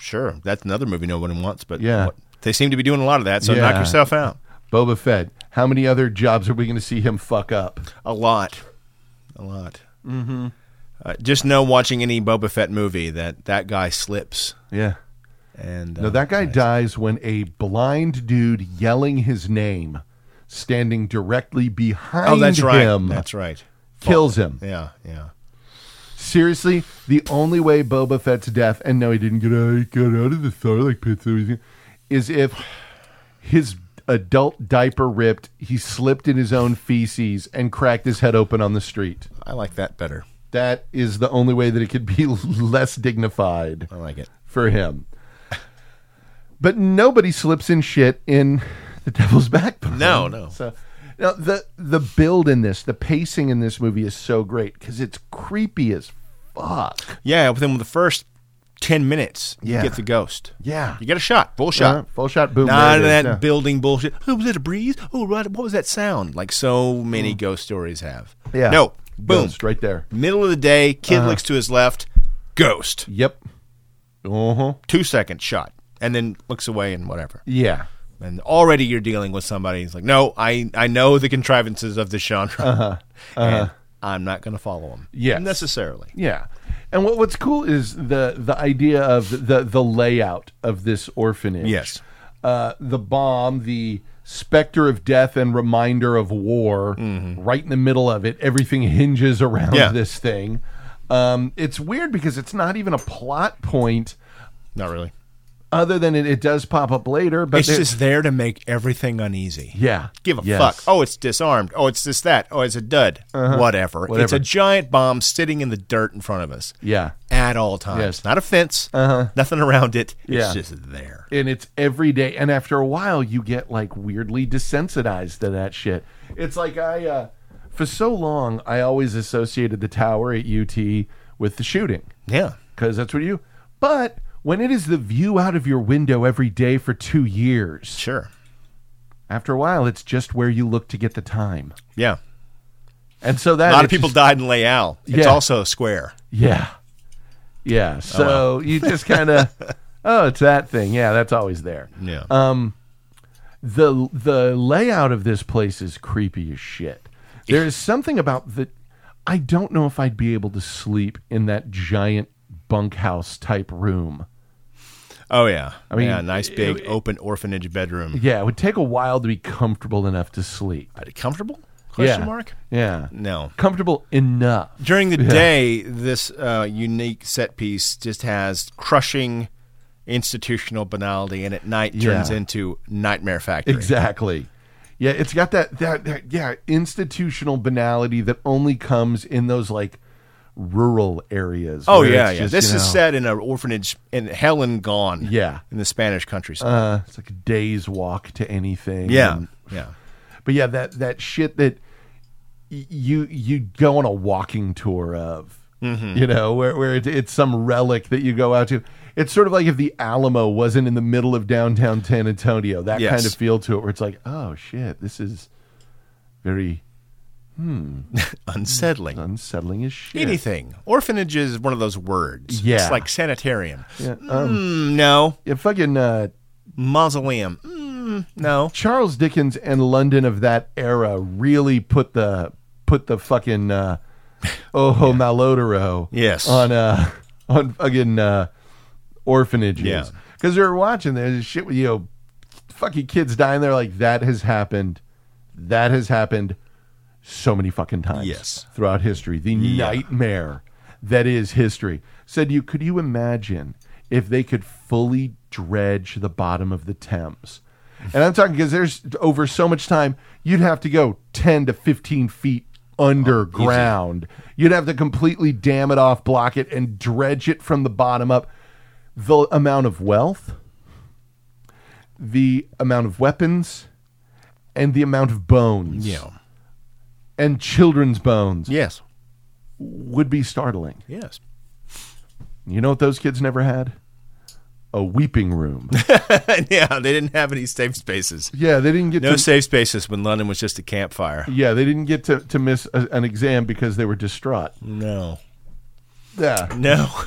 [SPEAKER 2] sure. That's another movie no one wants, but
[SPEAKER 1] Yeah.
[SPEAKER 2] what- they seem to be doing a lot of that. So
[SPEAKER 1] Yeah.
[SPEAKER 2] knock yourself out.
[SPEAKER 1] Boba Fett. How many other jobs are we going to see him fuck up?
[SPEAKER 2] A lot, a lot. Mm-hmm. Uh, just know, watching any Boba Fett movie, that that guy slips,
[SPEAKER 1] Yeah.
[SPEAKER 2] and
[SPEAKER 1] No,
[SPEAKER 2] uh,
[SPEAKER 1] that guy dies when a blind dude yelling his name, standing directly behind
[SPEAKER 2] Oh, that's right.
[SPEAKER 1] him,
[SPEAKER 2] That's right.
[SPEAKER 1] kills him.
[SPEAKER 2] Yeah, yeah.
[SPEAKER 1] Seriously, the only way Boba Fett's death, and no, he didn't get out, he got out of the Sarlacc pit, so he's- is if his adult diaper ripped, he slipped in his own feces and cracked his head open on the street.
[SPEAKER 2] I like that better.
[SPEAKER 1] That is the only way that it could be less dignified
[SPEAKER 2] I like it.
[SPEAKER 1] for him. But nobody slips in shit in the Devil's Backbone.
[SPEAKER 2] No, no.
[SPEAKER 1] So now the the build in this, the pacing in this movie is so great because it's creepy as fuck.
[SPEAKER 2] Yeah, within the first ten minutes, you
[SPEAKER 1] Yeah.
[SPEAKER 2] get the ghost.
[SPEAKER 1] Yeah.
[SPEAKER 2] you get a shot, full shot,
[SPEAKER 1] Uh, full shot, boom.
[SPEAKER 2] None of
[SPEAKER 1] there it
[SPEAKER 2] that
[SPEAKER 1] is. Yeah.
[SPEAKER 2] building bullshit. Oh, was that a breeze? Oh, right. What was that sound? Like so many ghost stories have.
[SPEAKER 1] Mm. Yeah.
[SPEAKER 2] No. Boom.
[SPEAKER 1] Ghost Uh-huh. right there.
[SPEAKER 2] Middle of the day. Kid looks to his left. Ghost.
[SPEAKER 1] Yep. Uh huh.
[SPEAKER 2] Two second shot, and then looks away and whatever.
[SPEAKER 1] Yeah.
[SPEAKER 2] And already you're dealing with somebody who's like, no, I I know the contrivances of the genre, and I'm not going to follow them.
[SPEAKER 1] Uh-huh. Yes.
[SPEAKER 2] necessarily.
[SPEAKER 1] Yeah. And what, what's cool is the the idea of the the layout of this orphanage.
[SPEAKER 2] Yes.
[SPEAKER 1] Uh, the bomb, the specter of death and reminder of war, right in the middle of it. Everything hinges around
[SPEAKER 2] Mm-hmm. Yeah.
[SPEAKER 1] this thing. Um, it's weird because it's not even a plot point
[SPEAKER 2] Not really.
[SPEAKER 1] other than it, it does pop up later, but
[SPEAKER 2] It's
[SPEAKER 1] there-
[SPEAKER 2] just there to make everything uneasy.
[SPEAKER 1] yeah.
[SPEAKER 2] Give a
[SPEAKER 1] Yes. Uh-huh.
[SPEAKER 2] fuck. Oh, it's disarmed. Oh, it's this that. Oh, it's a dud. Whatever. It's
[SPEAKER 1] Whatever.
[SPEAKER 2] a giant bomb sitting in the dirt in front of us.
[SPEAKER 1] Yeah.
[SPEAKER 2] At all times.
[SPEAKER 1] Yes.
[SPEAKER 2] Not a fence. Uh-huh. Nothing around it.
[SPEAKER 1] Yeah.
[SPEAKER 2] It's just there.
[SPEAKER 1] and it's every day and after a while you get like weirdly desensitized to that shit it's like i uh for so long i always associated the tower at ut with the shooting
[SPEAKER 2] Yeah.
[SPEAKER 1] because that's what you but when it is the view out of your window every day for two years
[SPEAKER 2] Sure.
[SPEAKER 1] after a while it's just where you look to get the time
[SPEAKER 2] Yeah.
[SPEAKER 1] and so that
[SPEAKER 2] A
[SPEAKER 1] it
[SPEAKER 2] lot of people
[SPEAKER 1] just-
[SPEAKER 2] died in Leal. It's
[SPEAKER 1] Yeah.
[SPEAKER 2] also a square.
[SPEAKER 1] yeah
[SPEAKER 2] Oh,
[SPEAKER 1] yeah so you just kind of oh it's that thing yeah that's always there
[SPEAKER 2] Yeah.
[SPEAKER 1] the the layout of this place is creepy as shit. There is something about the I don't know if I'd be able to sleep in that giant bunkhouse type room.
[SPEAKER 2] oh yeah. I
[SPEAKER 1] mean,
[SPEAKER 2] yeah, nice big open orphanage bedroom.
[SPEAKER 1] Yeah, it would take a while to be comfortable enough to sleep.
[SPEAKER 2] Comfortable?
[SPEAKER 1] Mm-hmm.
[SPEAKER 2] Question
[SPEAKER 1] yeah.
[SPEAKER 2] mark?
[SPEAKER 1] Yeah.
[SPEAKER 2] No.
[SPEAKER 1] Comfortable enough.
[SPEAKER 2] during the day, this uh, unique set piece just has crushing institutional banality, and at night turns
[SPEAKER 1] Yeah.
[SPEAKER 2] into nightmare factory.
[SPEAKER 1] Exactly. Yeah, it's got that, that that yeah, institutional banality that only comes in those like rural areas.
[SPEAKER 2] Oh
[SPEAKER 1] where
[SPEAKER 2] yeah,
[SPEAKER 1] it's
[SPEAKER 2] yeah.
[SPEAKER 1] just,
[SPEAKER 2] this
[SPEAKER 1] you
[SPEAKER 2] is
[SPEAKER 1] know,
[SPEAKER 2] set in an orphanage in hell and gone.
[SPEAKER 1] Yeah.
[SPEAKER 2] in the Spanish countryside.
[SPEAKER 1] uh, it's like a day's walk to anything.
[SPEAKER 2] yeah,
[SPEAKER 1] And-
[SPEAKER 2] yeah,
[SPEAKER 1] But yeah, that that shit that y- you you go on a walking tour of, you know, where where it, it's some relic that you go out to. It's sort of like if the Alamo wasn't in the middle of downtown San Antonio. That
[SPEAKER 2] Yes.
[SPEAKER 1] kind of feel to it, where it's like, oh shit, this is very
[SPEAKER 2] unsettling.
[SPEAKER 1] Uh, unsettling as shit.
[SPEAKER 2] Anything. Orphanage is one of those words.
[SPEAKER 1] Yeah.
[SPEAKER 2] It's like sanitarium.
[SPEAKER 1] Yeah, um,
[SPEAKER 2] Mm, no.
[SPEAKER 1] yeah, fucking uh,
[SPEAKER 2] Mausoleum. Mm, no.
[SPEAKER 1] Charles Dickens and London of that era really put the put the fucking uh, Oho Malodoro
[SPEAKER 2] Yes.
[SPEAKER 1] on uh on fucking uh, orphanages
[SPEAKER 2] Yeah.
[SPEAKER 1] because they were watching there's shit with you know fucking kids dying there like that has happened that has happened so many fucking times
[SPEAKER 2] Yes.
[SPEAKER 1] throughout history the nightmare that is history said you could you imagine if they could fully dredge the bottom of the Thames and I'm talking because there's over so much time you'd have to go 10 to 15 feet underground you'd have to completely dam it off block it and dredge it from the bottom up the amount of wealth the amount of weapons and the amount of bones
[SPEAKER 2] Yeah.
[SPEAKER 1] and children's bones
[SPEAKER 2] Yes.
[SPEAKER 1] would be startling.
[SPEAKER 2] Yes.
[SPEAKER 1] You know what those kids never had? A weeping room.
[SPEAKER 2] yeah, they didn't have any safe spaces.
[SPEAKER 1] yeah, they didn't get
[SPEAKER 2] No
[SPEAKER 1] to
[SPEAKER 2] safe spaces when London was just a campfire.
[SPEAKER 1] Yeah, they didn't get to, to miss a, an exam because they were distraught.
[SPEAKER 2] No.
[SPEAKER 1] Yeah.
[SPEAKER 2] No.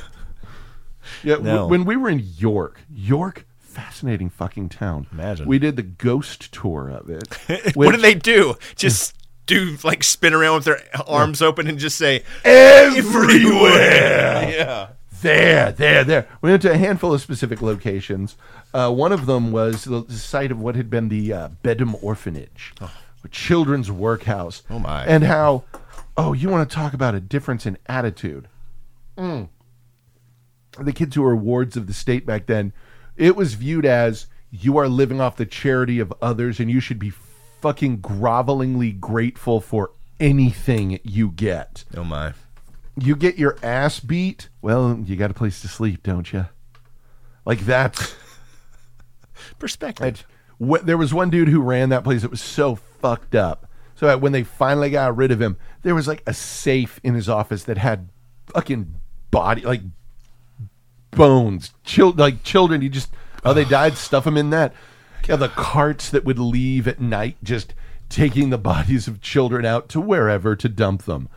[SPEAKER 1] Yeah, w-
[SPEAKER 2] No.
[SPEAKER 1] when we were in York, York fascinating fucking town.
[SPEAKER 2] Imagine.
[SPEAKER 1] We did the ghost tour of it.
[SPEAKER 2] what
[SPEAKER 1] which-
[SPEAKER 2] did they do? Just do like spin around with their arms open and just say
[SPEAKER 1] everywhere.
[SPEAKER 2] Yeah.
[SPEAKER 1] There, there, there. We went to a handful of specific locations. Uh, one of them was the the site of what had been the uh, Bedham Orphanage, a children's workhouse. Oh
[SPEAKER 2] my.
[SPEAKER 1] And how, oh, you want to talk about a difference in attitude? the kids who were wards of the state back then, it was viewed as you are living off the charity of others and you should be fucking grovelingly grateful for anything you get
[SPEAKER 2] Oh my.
[SPEAKER 1] you get your ass beat, well, you got a place to sleep, don't you? Like that's
[SPEAKER 2] Perspective.
[SPEAKER 1] wh- there was one dude who ran that place that was so fucked up. So that when they finally got rid of him, there was like a safe in his office that had fucking body like bones, chil- like children. You just oh they died, stuff them in that. Yeah, the carts that would leave at night, just taking the bodies of children out to wherever to dump them.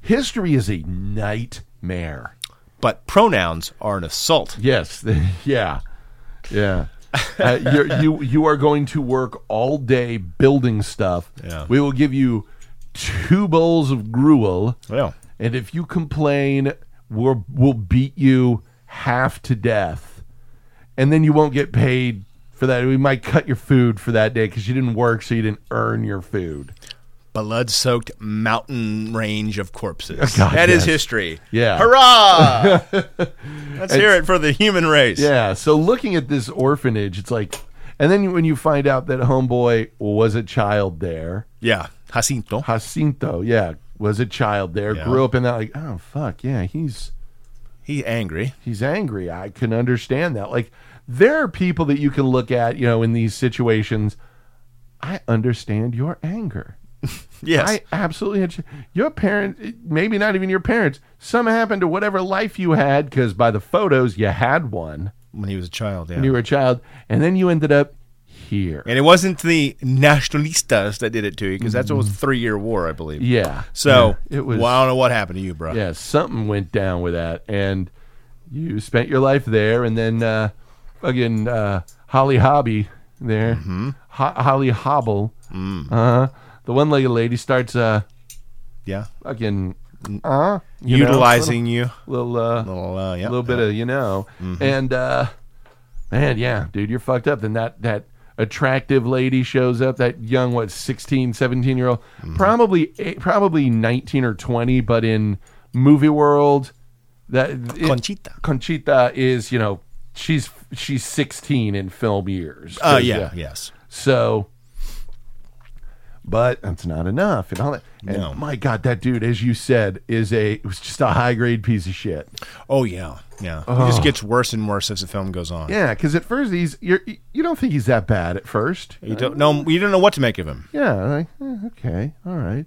[SPEAKER 1] History is a nightmare.
[SPEAKER 2] But pronouns are an assault.
[SPEAKER 1] Yes. the- yeah. Yeah. Uh, you're, you you are going to work all day building stuff.
[SPEAKER 2] Yeah.
[SPEAKER 1] We will give you two bowls of gruel,
[SPEAKER 2] Well.
[SPEAKER 1] and if you complain, we'll we'll beat you half to death, and then you won't get paid for that. We might cut your food for that day because you didn't work, so you didn't earn your food.
[SPEAKER 2] Blood soaked mountain range of corpses. That
[SPEAKER 1] God,
[SPEAKER 2] is
[SPEAKER 1] yes.
[SPEAKER 2] history.
[SPEAKER 1] Yeah.
[SPEAKER 2] Hurrah! Let's hear it for the human race.
[SPEAKER 1] Yeah. So looking at this orphanage, it's like, and then when you find out that homeboy was a child there.
[SPEAKER 2] Yeah. Jacinto.
[SPEAKER 1] Jacinto, yeah, was a child there,
[SPEAKER 2] Yeah.
[SPEAKER 1] grew up in that. Like, oh fuck, yeah, he's
[SPEAKER 2] He's angry.
[SPEAKER 1] he's angry. I can understand that. Like, there are people that you can look at, you know, in these situations. I understand your anger.
[SPEAKER 2] Yes.
[SPEAKER 1] I absolutely under- your parents, maybe not even your parents. Some happened to whatever life you had because by the photos you had one
[SPEAKER 2] when he was a child, yeah.
[SPEAKER 1] when you were a child, and then you ended up here.
[SPEAKER 2] And it wasn't the nationalistas that did it to you, because that's what was the three year war, I believe.
[SPEAKER 1] Mm-hmm. yeah.
[SPEAKER 2] So
[SPEAKER 1] Yeah, it was.
[SPEAKER 2] Well, I don't know what happened to you, bro.
[SPEAKER 1] yeah, something went down with that, and you spent your life there, and then uh, again, uh, Holly Hobby there, Ho- Holly Hobble, uh, the one-legged lady starts uh,
[SPEAKER 2] Yeah.
[SPEAKER 1] fucking uh, know,
[SPEAKER 2] Utilizing you.
[SPEAKER 1] little uh,
[SPEAKER 2] Little, uh, yeah. Mm-hmm.
[SPEAKER 1] little bit of you know, and uh, man, yeah, dude, you're fucked up. Then that that attractive lady shows up, that young what 16, 17 year old,
[SPEAKER 2] Mm-hmm.
[SPEAKER 1] probably eight, probably nineteen or twenty, but in movie world, that it-
[SPEAKER 2] Conchita.
[SPEAKER 1] Conchita is you know she's she's sixteen in film years.
[SPEAKER 2] Oh, yeah, Yes.
[SPEAKER 1] So, but that's not enough, and all that. And
[SPEAKER 2] No.
[SPEAKER 1] my God, that dude, as you said, is a was just a high grade piece of shit.
[SPEAKER 2] Oh, yeah. Yeah. It just gets worse and worse as the film goes on.
[SPEAKER 1] Uh-huh. Yeah, because at first he's you're, you don't think he's that bad at first.
[SPEAKER 2] You don't know. You don't know what to make of him.
[SPEAKER 1] Yeah, like eh, okay, all right.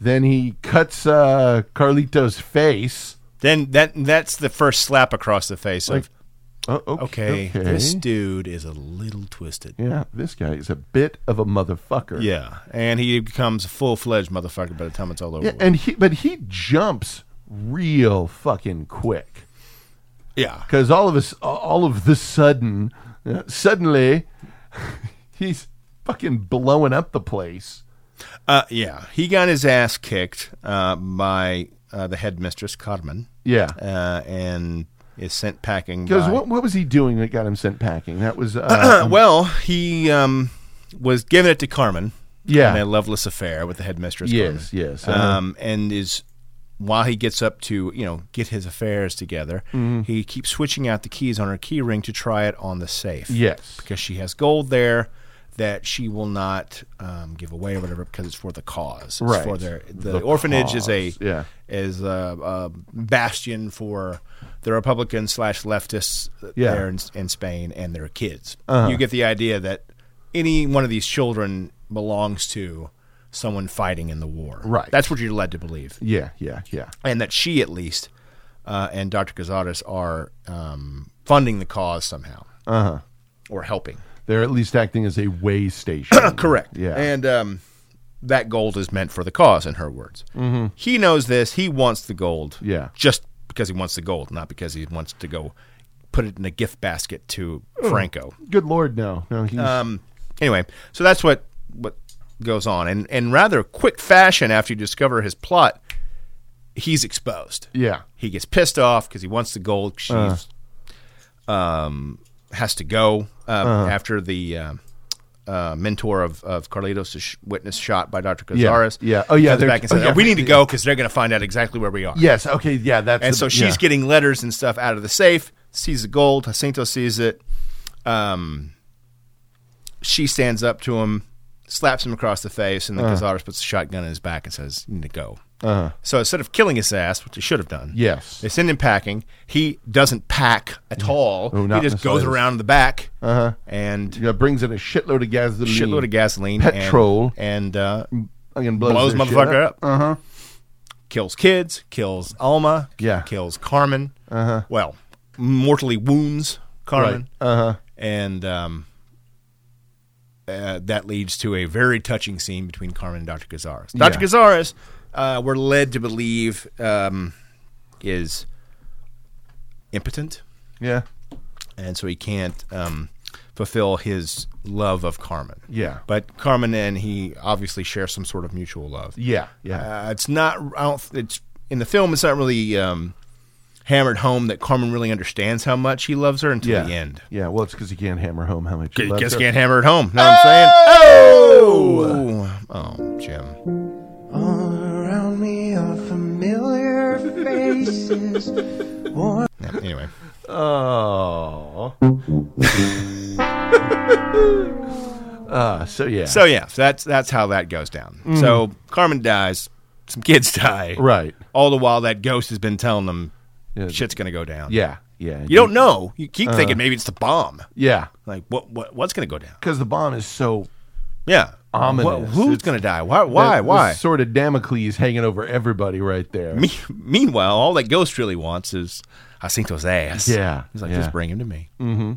[SPEAKER 1] Then he cuts uh, Carlito's face.
[SPEAKER 2] Then that that's the first slap across the face of
[SPEAKER 1] Oh, okay,
[SPEAKER 2] okay, This dude is a little twisted.
[SPEAKER 1] yeah, this guy is a bit of a motherfucker.
[SPEAKER 2] Yeah, and he becomes a full fledged motherfucker by the time it's all over.
[SPEAKER 1] yeah,
[SPEAKER 2] with.
[SPEAKER 1] and he but he jumps real fucking quick
[SPEAKER 2] yeah.
[SPEAKER 1] because all of us all of the sudden uh, suddenly he's fucking blowing up the place.
[SPEAKER 2] Uh, yeah, he got his ass kicked uh, by uh, the headmistress Carmen.
[SPEAKER 1] Yeah.
[SPEAKER 2] uh, and is sent packing.
[SPEAKER 1] Because
[SPEAKER 2] by-
[SPEAKER 1] what, what was he doing that got him sent packing? That was uh,
[SPEAKER 2] Uh, well, he um, was giving it to Carmen.
[SPEAKER 1] Yeah.
[SPEAKER 2] in a loveless affair with the headmistress. Carmen.
[SPEAKER 1] yes, yes. uh, I know.
[SPEAKER 2] um, and is while he gets up to you know get his affairs together,
[SPEAKER 1] Mm-hmm.
[SPEAKER 2] he keeps switching out the keys on her key ring to try it on the safe.
[SPEAKER 1] yes,
[SPEAKER 2] because she has gold there that she will not um, give away or whatever because it's for the cause. It's
[SPEAKER 1] Right.
[SPEAKER 2] for their the, orphanage is a
[SPEAKER 1] cause, yeah.
[SPEAKER 2] is a, a bastion for the Republican slash leftists
[SPEAKER 1] Yeah. Uh-huh.
[SPEAKER 2] there in, in Spain and their kids. You get the idea that any one of these children belongs to someone fighting in the war.
[SPEAKER 1] Right.
[SPEAKER 2] That's what you're led to believe
[SPEAKER 1] yeah, yeah, yeah.
[SPEAKER 2] and that she at least uh, and Dr. Cazares are um, funding the cause somehow uh-huh. or helping.
[SPEAKER 1] They're at least acting as a way station.
[SPEAKER 2] Correct.
[SPEAKER 1] Yeah.
[SPEAKER 2] And um, that gold is meant for the cause, in her words. Mm-hmm. He knows this. He wants the gold.
[SPEAKER 1] Yeah.
[SPEAKER 2] Just because he wants the gold, not because he wants to go put it in a gift basket to
[SPEAKER 1] Mm.
[SPEAKER 2] Franco.
[SPEAKER 1] Good lord, no, no. He's,
[SPEAKER 2] Um, anyway, so that's what what goes on, and in rather quick fashion, after you discover his plot, he's exposed.
[SPEAKER 1] Yeah.
[SPEAKER 2] he gets pissed off because he wants the gold. She's
[SPEAKER 1] Uh.
[SPEAKER 2] um, has to go uh,
[SPEAKER 1] Uh-huh.
[SPEAKER 2] after the. Uh, uh, mentor of, of Carlitos is sh- witness shot by Dr.
[SPEAKER 1] Yeah.
[SPEAKER 2] Cazares.
[SPEAKER 1] Yeah. Oh, yeah,
[SPEAKER 2] Comes
[SPEAKER 1] they're-
[SPEAKER 2] back and says,
[SPEAKER 1] oh, yeah.
[SPEAKER 2] "Oh, we need to go because they're going to find out exactly where we are.
[SPEAKER 1] yes, okay, yeah. That's
[SPEAKER 2] And
[SPEAKER 1] the-
[SPEAKER 2] so she's
[SPEAKER 1] yeah.
[SPEAKER 2] getting letters and stuff out of the safe, sees the gold. Jacinto sees it. Um, she stands up to him, slaps him across the face, and then
[SPEAKER 1] Uh-huh.
[SPEAKER 2] Cazares puts a shotgun in his back and says, You need to go. So instead of killing his ass, which he should have done,
[SPEAKER 1] Yes.
[SPEAKER 2] they send him packing. He doesn't pack at all.
[SPEAKER 1] Oh,
[SPEAKER 2] he
[SPEAKER 1] not
[SPEAKER 2] just
[SPEAKER 1] necessarily.
[SPEAKER 2] goes
[SPEAKER 1] Uh-huh.
[SPEAKER 2] around the back and
[SPEAKER 1] Yeah, brings in a shitload of gasoline.
[SPEAKER 2] shitload of gasoline, and-
[SPEAKER 1] Petrol.
[SPEAKER 2] and, uh,
[SPEAKER 1] Fucking blows,
[SPEAKER 2] blows
[SPEAKER 1] their shit Uh-huh.
[SPEAKER 2] motherfucker up. Uh huh. Kills kids. Kills Alma.
[SPEAKER 1] Yeah. Uh-huh.
[SPEAKER 2] Kills Carmen. Uh huh. Well, mortally wounds Carmen.
[SPEAKER 1] Uh-huh.
[SPEAKER 2] Uh huh. And um, uh, that leads to a very touching scene between Carmen and Dr. Gazaris. Dr.
[SPEAKER 1] Yeah.
[SPEAKER 2] Gazaris, uh, we're led to believe, um, is impotent,
[SPEAKER 1] Yeah,
[SPEAKER 2] and so he can't um, fulfill his love of Carmen.
[SPEAKER 1] Yeah.
[SPEAKER 2] But Carmen and he obviously share some sort of mutual love.
[SPEAKER 1] yeah, yeah.
[SPEAKER 2] Uh, it's not. I don't. It's in the film. It's not really um, hammered home that Carmen really understands how much he loves her until
[SPEAKER 1] yeah.
[SPEAKER 2] the end.
[SPEAKER 1] Yeah, well, it's because he can't hammer home how much. he
[SPEAKER 2] G-
[SPEAKER 1] loves
[SPEAKER 2] Just
[SPEAKER 1] her.
[SPEAKER 2] can't hammer it home. Know what I'm saying? Oh, oh, Jim.
[SPEAKER 8] Around me are familiar faces.
[SPEAKER 2] Yeah, anyway,
[SPEAKER 1] Oh. uh, so yeah.
[SPEAKER 2] so yeah, so that's that's how that goes down. So Carmen dies. Some kids die.
[SPEAKER 1] right.
[SPEAKER 2] All the while that ghost has been telling them
[SPEAKER 1] Yeah.
[SPEAKER 2] shit's gonna go down.
[SPEAKER 1] Yeah. Yeah.
[SPEAKER 2] You don't know. You keep
[SPEAKER 1] Uh.
[SPEAKER 2] thinking maybe it's the bomb.
[SPEAKER 1] Yeah.
[SPEAKER 2] Like what? What? What's gonna go down?
[SPEAKER 1] Because the bomb is so
[SPEAKER 2] Yeah.
[SPEAKER 1] Ominous.
[SPEAKER 2] Wh- who's
[SPEAKER 1] It's-
[SPEAKER 2] gonna die? Why? Why?
[SPEAKER 1] that-
[SPEAKER 2] Why?
[SPEAKER 1] this Sort of Damocles hanging over everybody right there.
[SPEAKER 2] Me- meanwhile, all that ghost really wants is Jacinto's ass.
[SPEAKER 1] Yeah,
[SPEAKER 2] He's like,
[SPEAKER 1] yeah.
[SPEAKER 2] just bring him to me. Mm-hmm.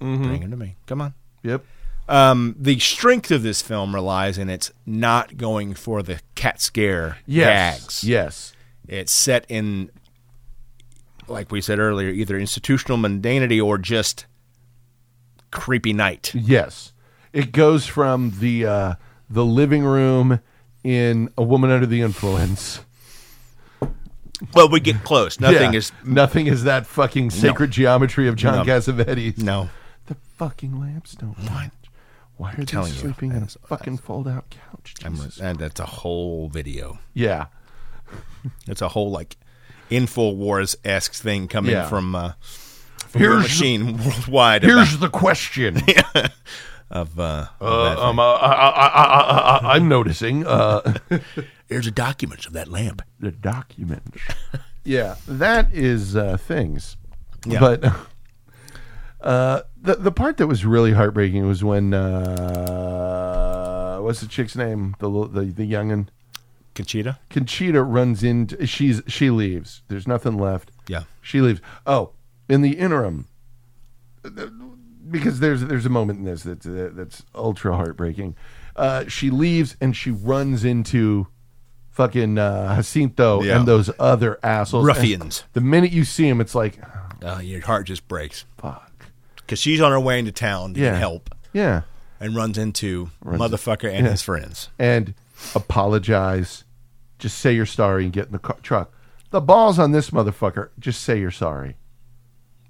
[SPEAKER 2] Bring him to me. Come on.
[SPEAKER 1] Yep.
[SPEAKER 2] Um, the strength of this film relies in its not going for the cat scare
[SPEAKER 1] Yes.
[SPEAKER 2] gags.
[SPEAKER 1] Yes.
[SPEAKER 2] It's set in, like we said earlier, either institutional mundanity or just creepy night.
[SPEAKER 1] Yes. It goes from the uh, the living room in A Woman Under the Influence.
[SPEAKER 2] Well, we get close. Nothing
[SPEAKER 1] Yeah.
[SPEAKER 2] is.
[SPEAKER 1] nothing is that fucking sacred geometry of John
[SPEAKER 2] No.
[SPEAKER 1] Cassavetes.
[SPEAKER 2] No.
[SPEAKER 1] The fucking lampstone. What? Why are they
[SPEAKER 2] telling you,
[SPEAKER 1] sleeping
[SPEAKER 2] that
[SPEAKER 1] on a
[SPEAKER 2] is-
[SPEAKER 1] fucking fold out couch?
[SPEAKER 2] I'm,
[SPEAKER 1] Jesus.
[SPEAKER 2] and that's a whole video.
[SPEAKER 1] yeah.
[SPEAKER 2] It's a whole like Infowars esque thing coming
[SPEAKER 1] Yeah.
[SPEAKER 2] from uh, from War
[SPEAKER 1] Here's-
[SPEAKER 2] machine worldwide
[SPEAKER 1] Here's the question.
[SPEAKER 2] about, of uh,
[SPEAKER 1] Uh, um, uh, I, I, I, I, I'm noticing uh,
[SPEAKER 2] here's the documents of that lamp.
[SPEAKER 1] the document. Yeah, that is uh, things.
[SPEAKER 2] Yeah.
[SPEAKER 1] But uh, the the part that was really heartbreaking was when uh, what's the chick's name? The lo- the the youngin.
[SPEAKER 2] Conchita.
[SPEAKER 1] Conchita runs in. She's she leaves. There's nothing left.
[SPEAKER 2] Yeah.
[SPEAKER 1] she leaves. Oh, in the interim, because there's there's a moment in this that's that's ultra heartbreaking. Uh, she leaves and she runs into fucking uh, Jacinto
[SPEAKER 2] Yeah.
[SPEAKER 1] and those other assholes,
[SPEAKER 2] Ruffians.
[SPEAKER 1] And the minute you see him, it's like "Ah,
[SPEAKER 2] Uh, your heart just breaks
[SPEAKER 1] fuck.
[SPEAKER 2] because she's on her way into town to
[SPEAKER 1] Yeah.
[SPEAKER 2] help,
[SPEAKER 1] Yeah,
[SPEAKER 2] and runs into motherfucker and his friends.
[SPEAKER 1] and apologize. Just say you're sorry and get in the car- truck. The balls on this motherfucker. Just say you're sorry.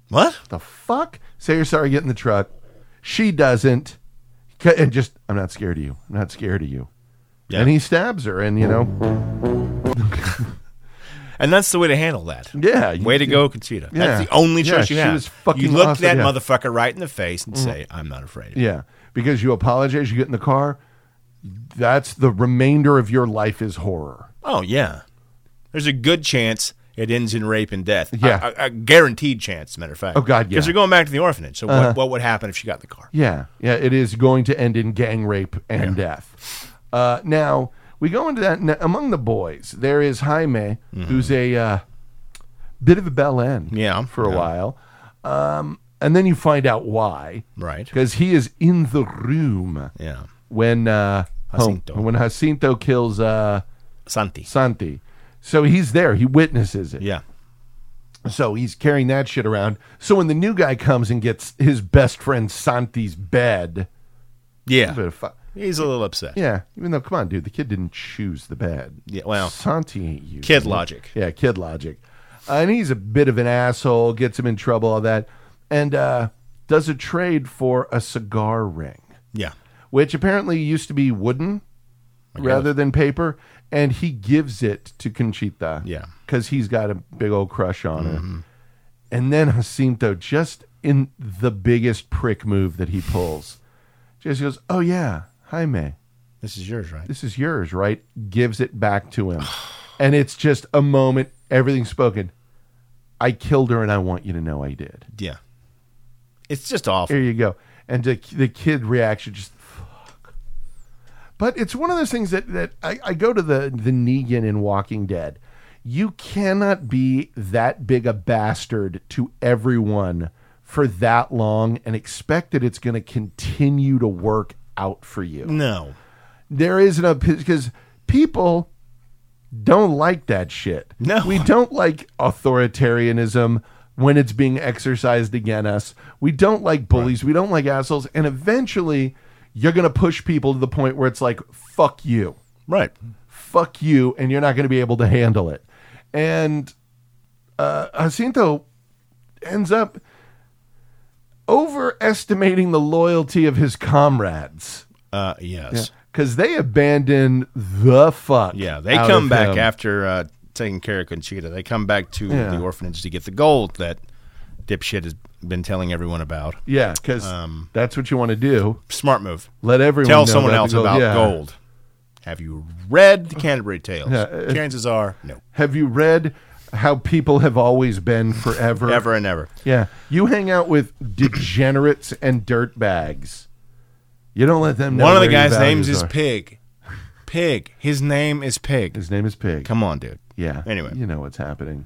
[SPEAKER 2] What?
[SPEAKER 1] The fuck? Say you're sorry. Get in the truck. She doesn't. Ca- And just, I'm not scared of you. I'm not scared of you.
[SPEAKER 2] Yeah.
[SPEAKER 1] And he stabs her, and you know,
[SPEAKER 2] And that's the way to handle that.
[SPEAKER 1] yeah, you-
[SPEAKER 2] Way to go, Conchita.
[SPEAKER 1] Yeah.
[SPEAKER 2] That's the only
[SPEAKER 1] Yeah,
[SPEAKER 2] choice you
[SPEAKER 1] she
[SPEAKER 2] have.
[SPEAKER 1] was fucking
[SPEAKER 2] you look
[SPEAKER 1] awesome,
[SPEAKER 2] that
[SPEAKER 1] yeah. Mm-hmm.
[SPEAKER 2] motherfucker right in the face and say, "I'm not afraid." of you."
[SPEAKER 1] Yeah, because you apologize, you get in the car. That's the remainder of your life is horror.
[SPEAKER 2] Oh yeah. There's a good chance it ends in rape and death.
[SPEAKER 1] Yeah.
[SPEAKER 2] a, a- a guaranteed chance. Matter of fact.
[SPEAKER 1] Oh, God, yeah. Uh-huh.
[SPEAKER 2] Because they're going back to the orphanage. So what, what would happen if she got in the car?
[SPEAKER 1] Yeah, yeah, it is going to end in gang rape and death. Uh, now we go into that now, among the boys. There is Jaime,
[SPEAKER 2] Mm-hmm.
[SPEAKER 1] who's a uh, bit of a bell end,
[SPEAKER 2] Yeah,
[SPEAKER 1] for a
[SPEAKER 2] yeah.
[SPEAKER 1] while, um, and then you find out why,
[SPEAKER 2] Right.
[SPEAKER 1] Because he is in the room
[SPEAKER 2] Yeah.
[SPEAKER 1] when uh,
[SPEAKER 2] Jacinto.
[SPEAKER 1] when Jacinto kills uh,
[SPEAKER 2] Santi.
[SPEAKER 1] Santi. So he's there. He witnesses it.
[SPEAKER 2] Yeah.
[SPEAKER 1] So he's carrying that shit around. So when the new guy comes and gets his best friend Santi's bed,
[SPEAKER 2] Yeah.
[SPEAKER 1] but fu-
[SPEAKER 2] He's a little upset.
[SPEAKER 1] yeah, even though, come on, dude, the kid didn't choose the bed.
[SPEAKER 2] Yeah, well,
[SPEAKER 1] Santi ain't you.
[SPEAKER 2] Kid
[SPEAKER 1] dude.
[SPEAKER 2] logic.
[SPEAKER 1] Yeah, kid logic. Uh, and he's a bit of an asshole, gets him in trouble, all that, and uh, does a trade for a cigar ring,
[SPEAKER 2] Yeah.
[SPEAKER 1] which apparently used to be wooden rather than paper. And he gives it to Conchita.
[SPEAKER 2] Yeah.
[SPEAKER 1] Because he's got a big old crush on her. And then Jacinto, just in the biggest prick move that he pulls, just goes, Oh, yeah, Jaime
[SPEAKER 2] This is yours, right?
[SPEAKER 1] this is yours, right? Gives it back to him. and it's just a moment, everything's spoken. I killed her and I want you to know I did.
[SPEAKER 2] Yeah. It's just awful.
[SPEAKER 1] Here you go. And the, the kid reaction just fuck. But it's one of those things that, that I, I go to the, the Negan in Walking Dead. You cannot be that big a bastard to everyone for that long and expect that it's going to continue to work out for you
[SPEAKER 2] No.
[SPEAKER 1] there is an because people don't like that shit.
[SPEAKER 2] No.
[SPEAKER 1] we don't like authoritarianism when it's being exercised against us. We don't like bullies. We don't like assholes. And eventually, you're going to push people to the point where it's like, "Fuck you,
[SPEAKER 2] Right.
[SPEAKER 1] fuck you," and you're not going to be able to handle it. And uh, Jacinto ends up overestimating the loyalty of his comrades
[SPEAKER 2] Uh, yes.
[SPEAKER 1] because they abandon the fuck.
[SPEAKER 2] Yeah. They
[SPEAKER 1] out
[SPEAKER 2] come
[SPEAKER 1] of
[SPEAKER 2] back
[SPEAKER 1] him.
[SPEAKER 2] after uh, taking care of Conchita. They come back to
[SPEAKER 1] Yeah.
[SPEAKER 2] the orphanage to get the gold that dipshit has been telling everyone about.
[SPEAKER 1] Yeah, because that's what you want to do.
[SPEAKER 2] Smart move.
[SPEAKER 1] Let everyone
[SPEAKER 2] Um, Tell
[SPEAKER 1] know
[SPEAKER 2] someone
[SPEAKER 1] about
[SPEAKER 2] else
[SPEAKER 1] the gold.
[SPEAKER 2] about
[SPEAKER 1] Yeah.
[SPEAKER 2] gold. Have you read the Canterbury Tales?
[SPEAKER 1] Yeah, uh,
[SPEAKER 2] Chances are, no.
[SPEAKER 1] Have you read how people have always been forever?
[SPEAKER 2] Ever and ever.
[SPEAKER 1] Yeah, you hang out with degenerates and dirtbags. You don't let them know.
[SPEAKER 2] One of the
[SPEAKER 1] where your
[SPEAKER 2] guys' names
[SPEAKER 1] values
[SPEAKER 2] is
[SPEAKER 1] are.
[SPEAKER 2] Pig. Pig. His name is Pig.
[SPEAKER 1] His name is Pig.
[SPEAKER 2] Come on, dude.
[SPEAKER 1] yeah.
[SPEAKER 2] Anyway.
[SPEAKER 1] you know what's happening.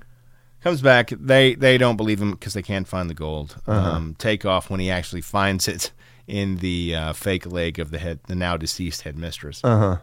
[SPEAKER 2] comes back. They they don't believe him because they can't find the gold.
[SPEAKER 1] Uh-huh.
[SPEAKER 2] Um, take off when he actually finds it in the uh, fake leg of the head, the now deceased headmistress. Uh
[SPEAKER 1] Uh-huh.
[SPEAKER 2] huh.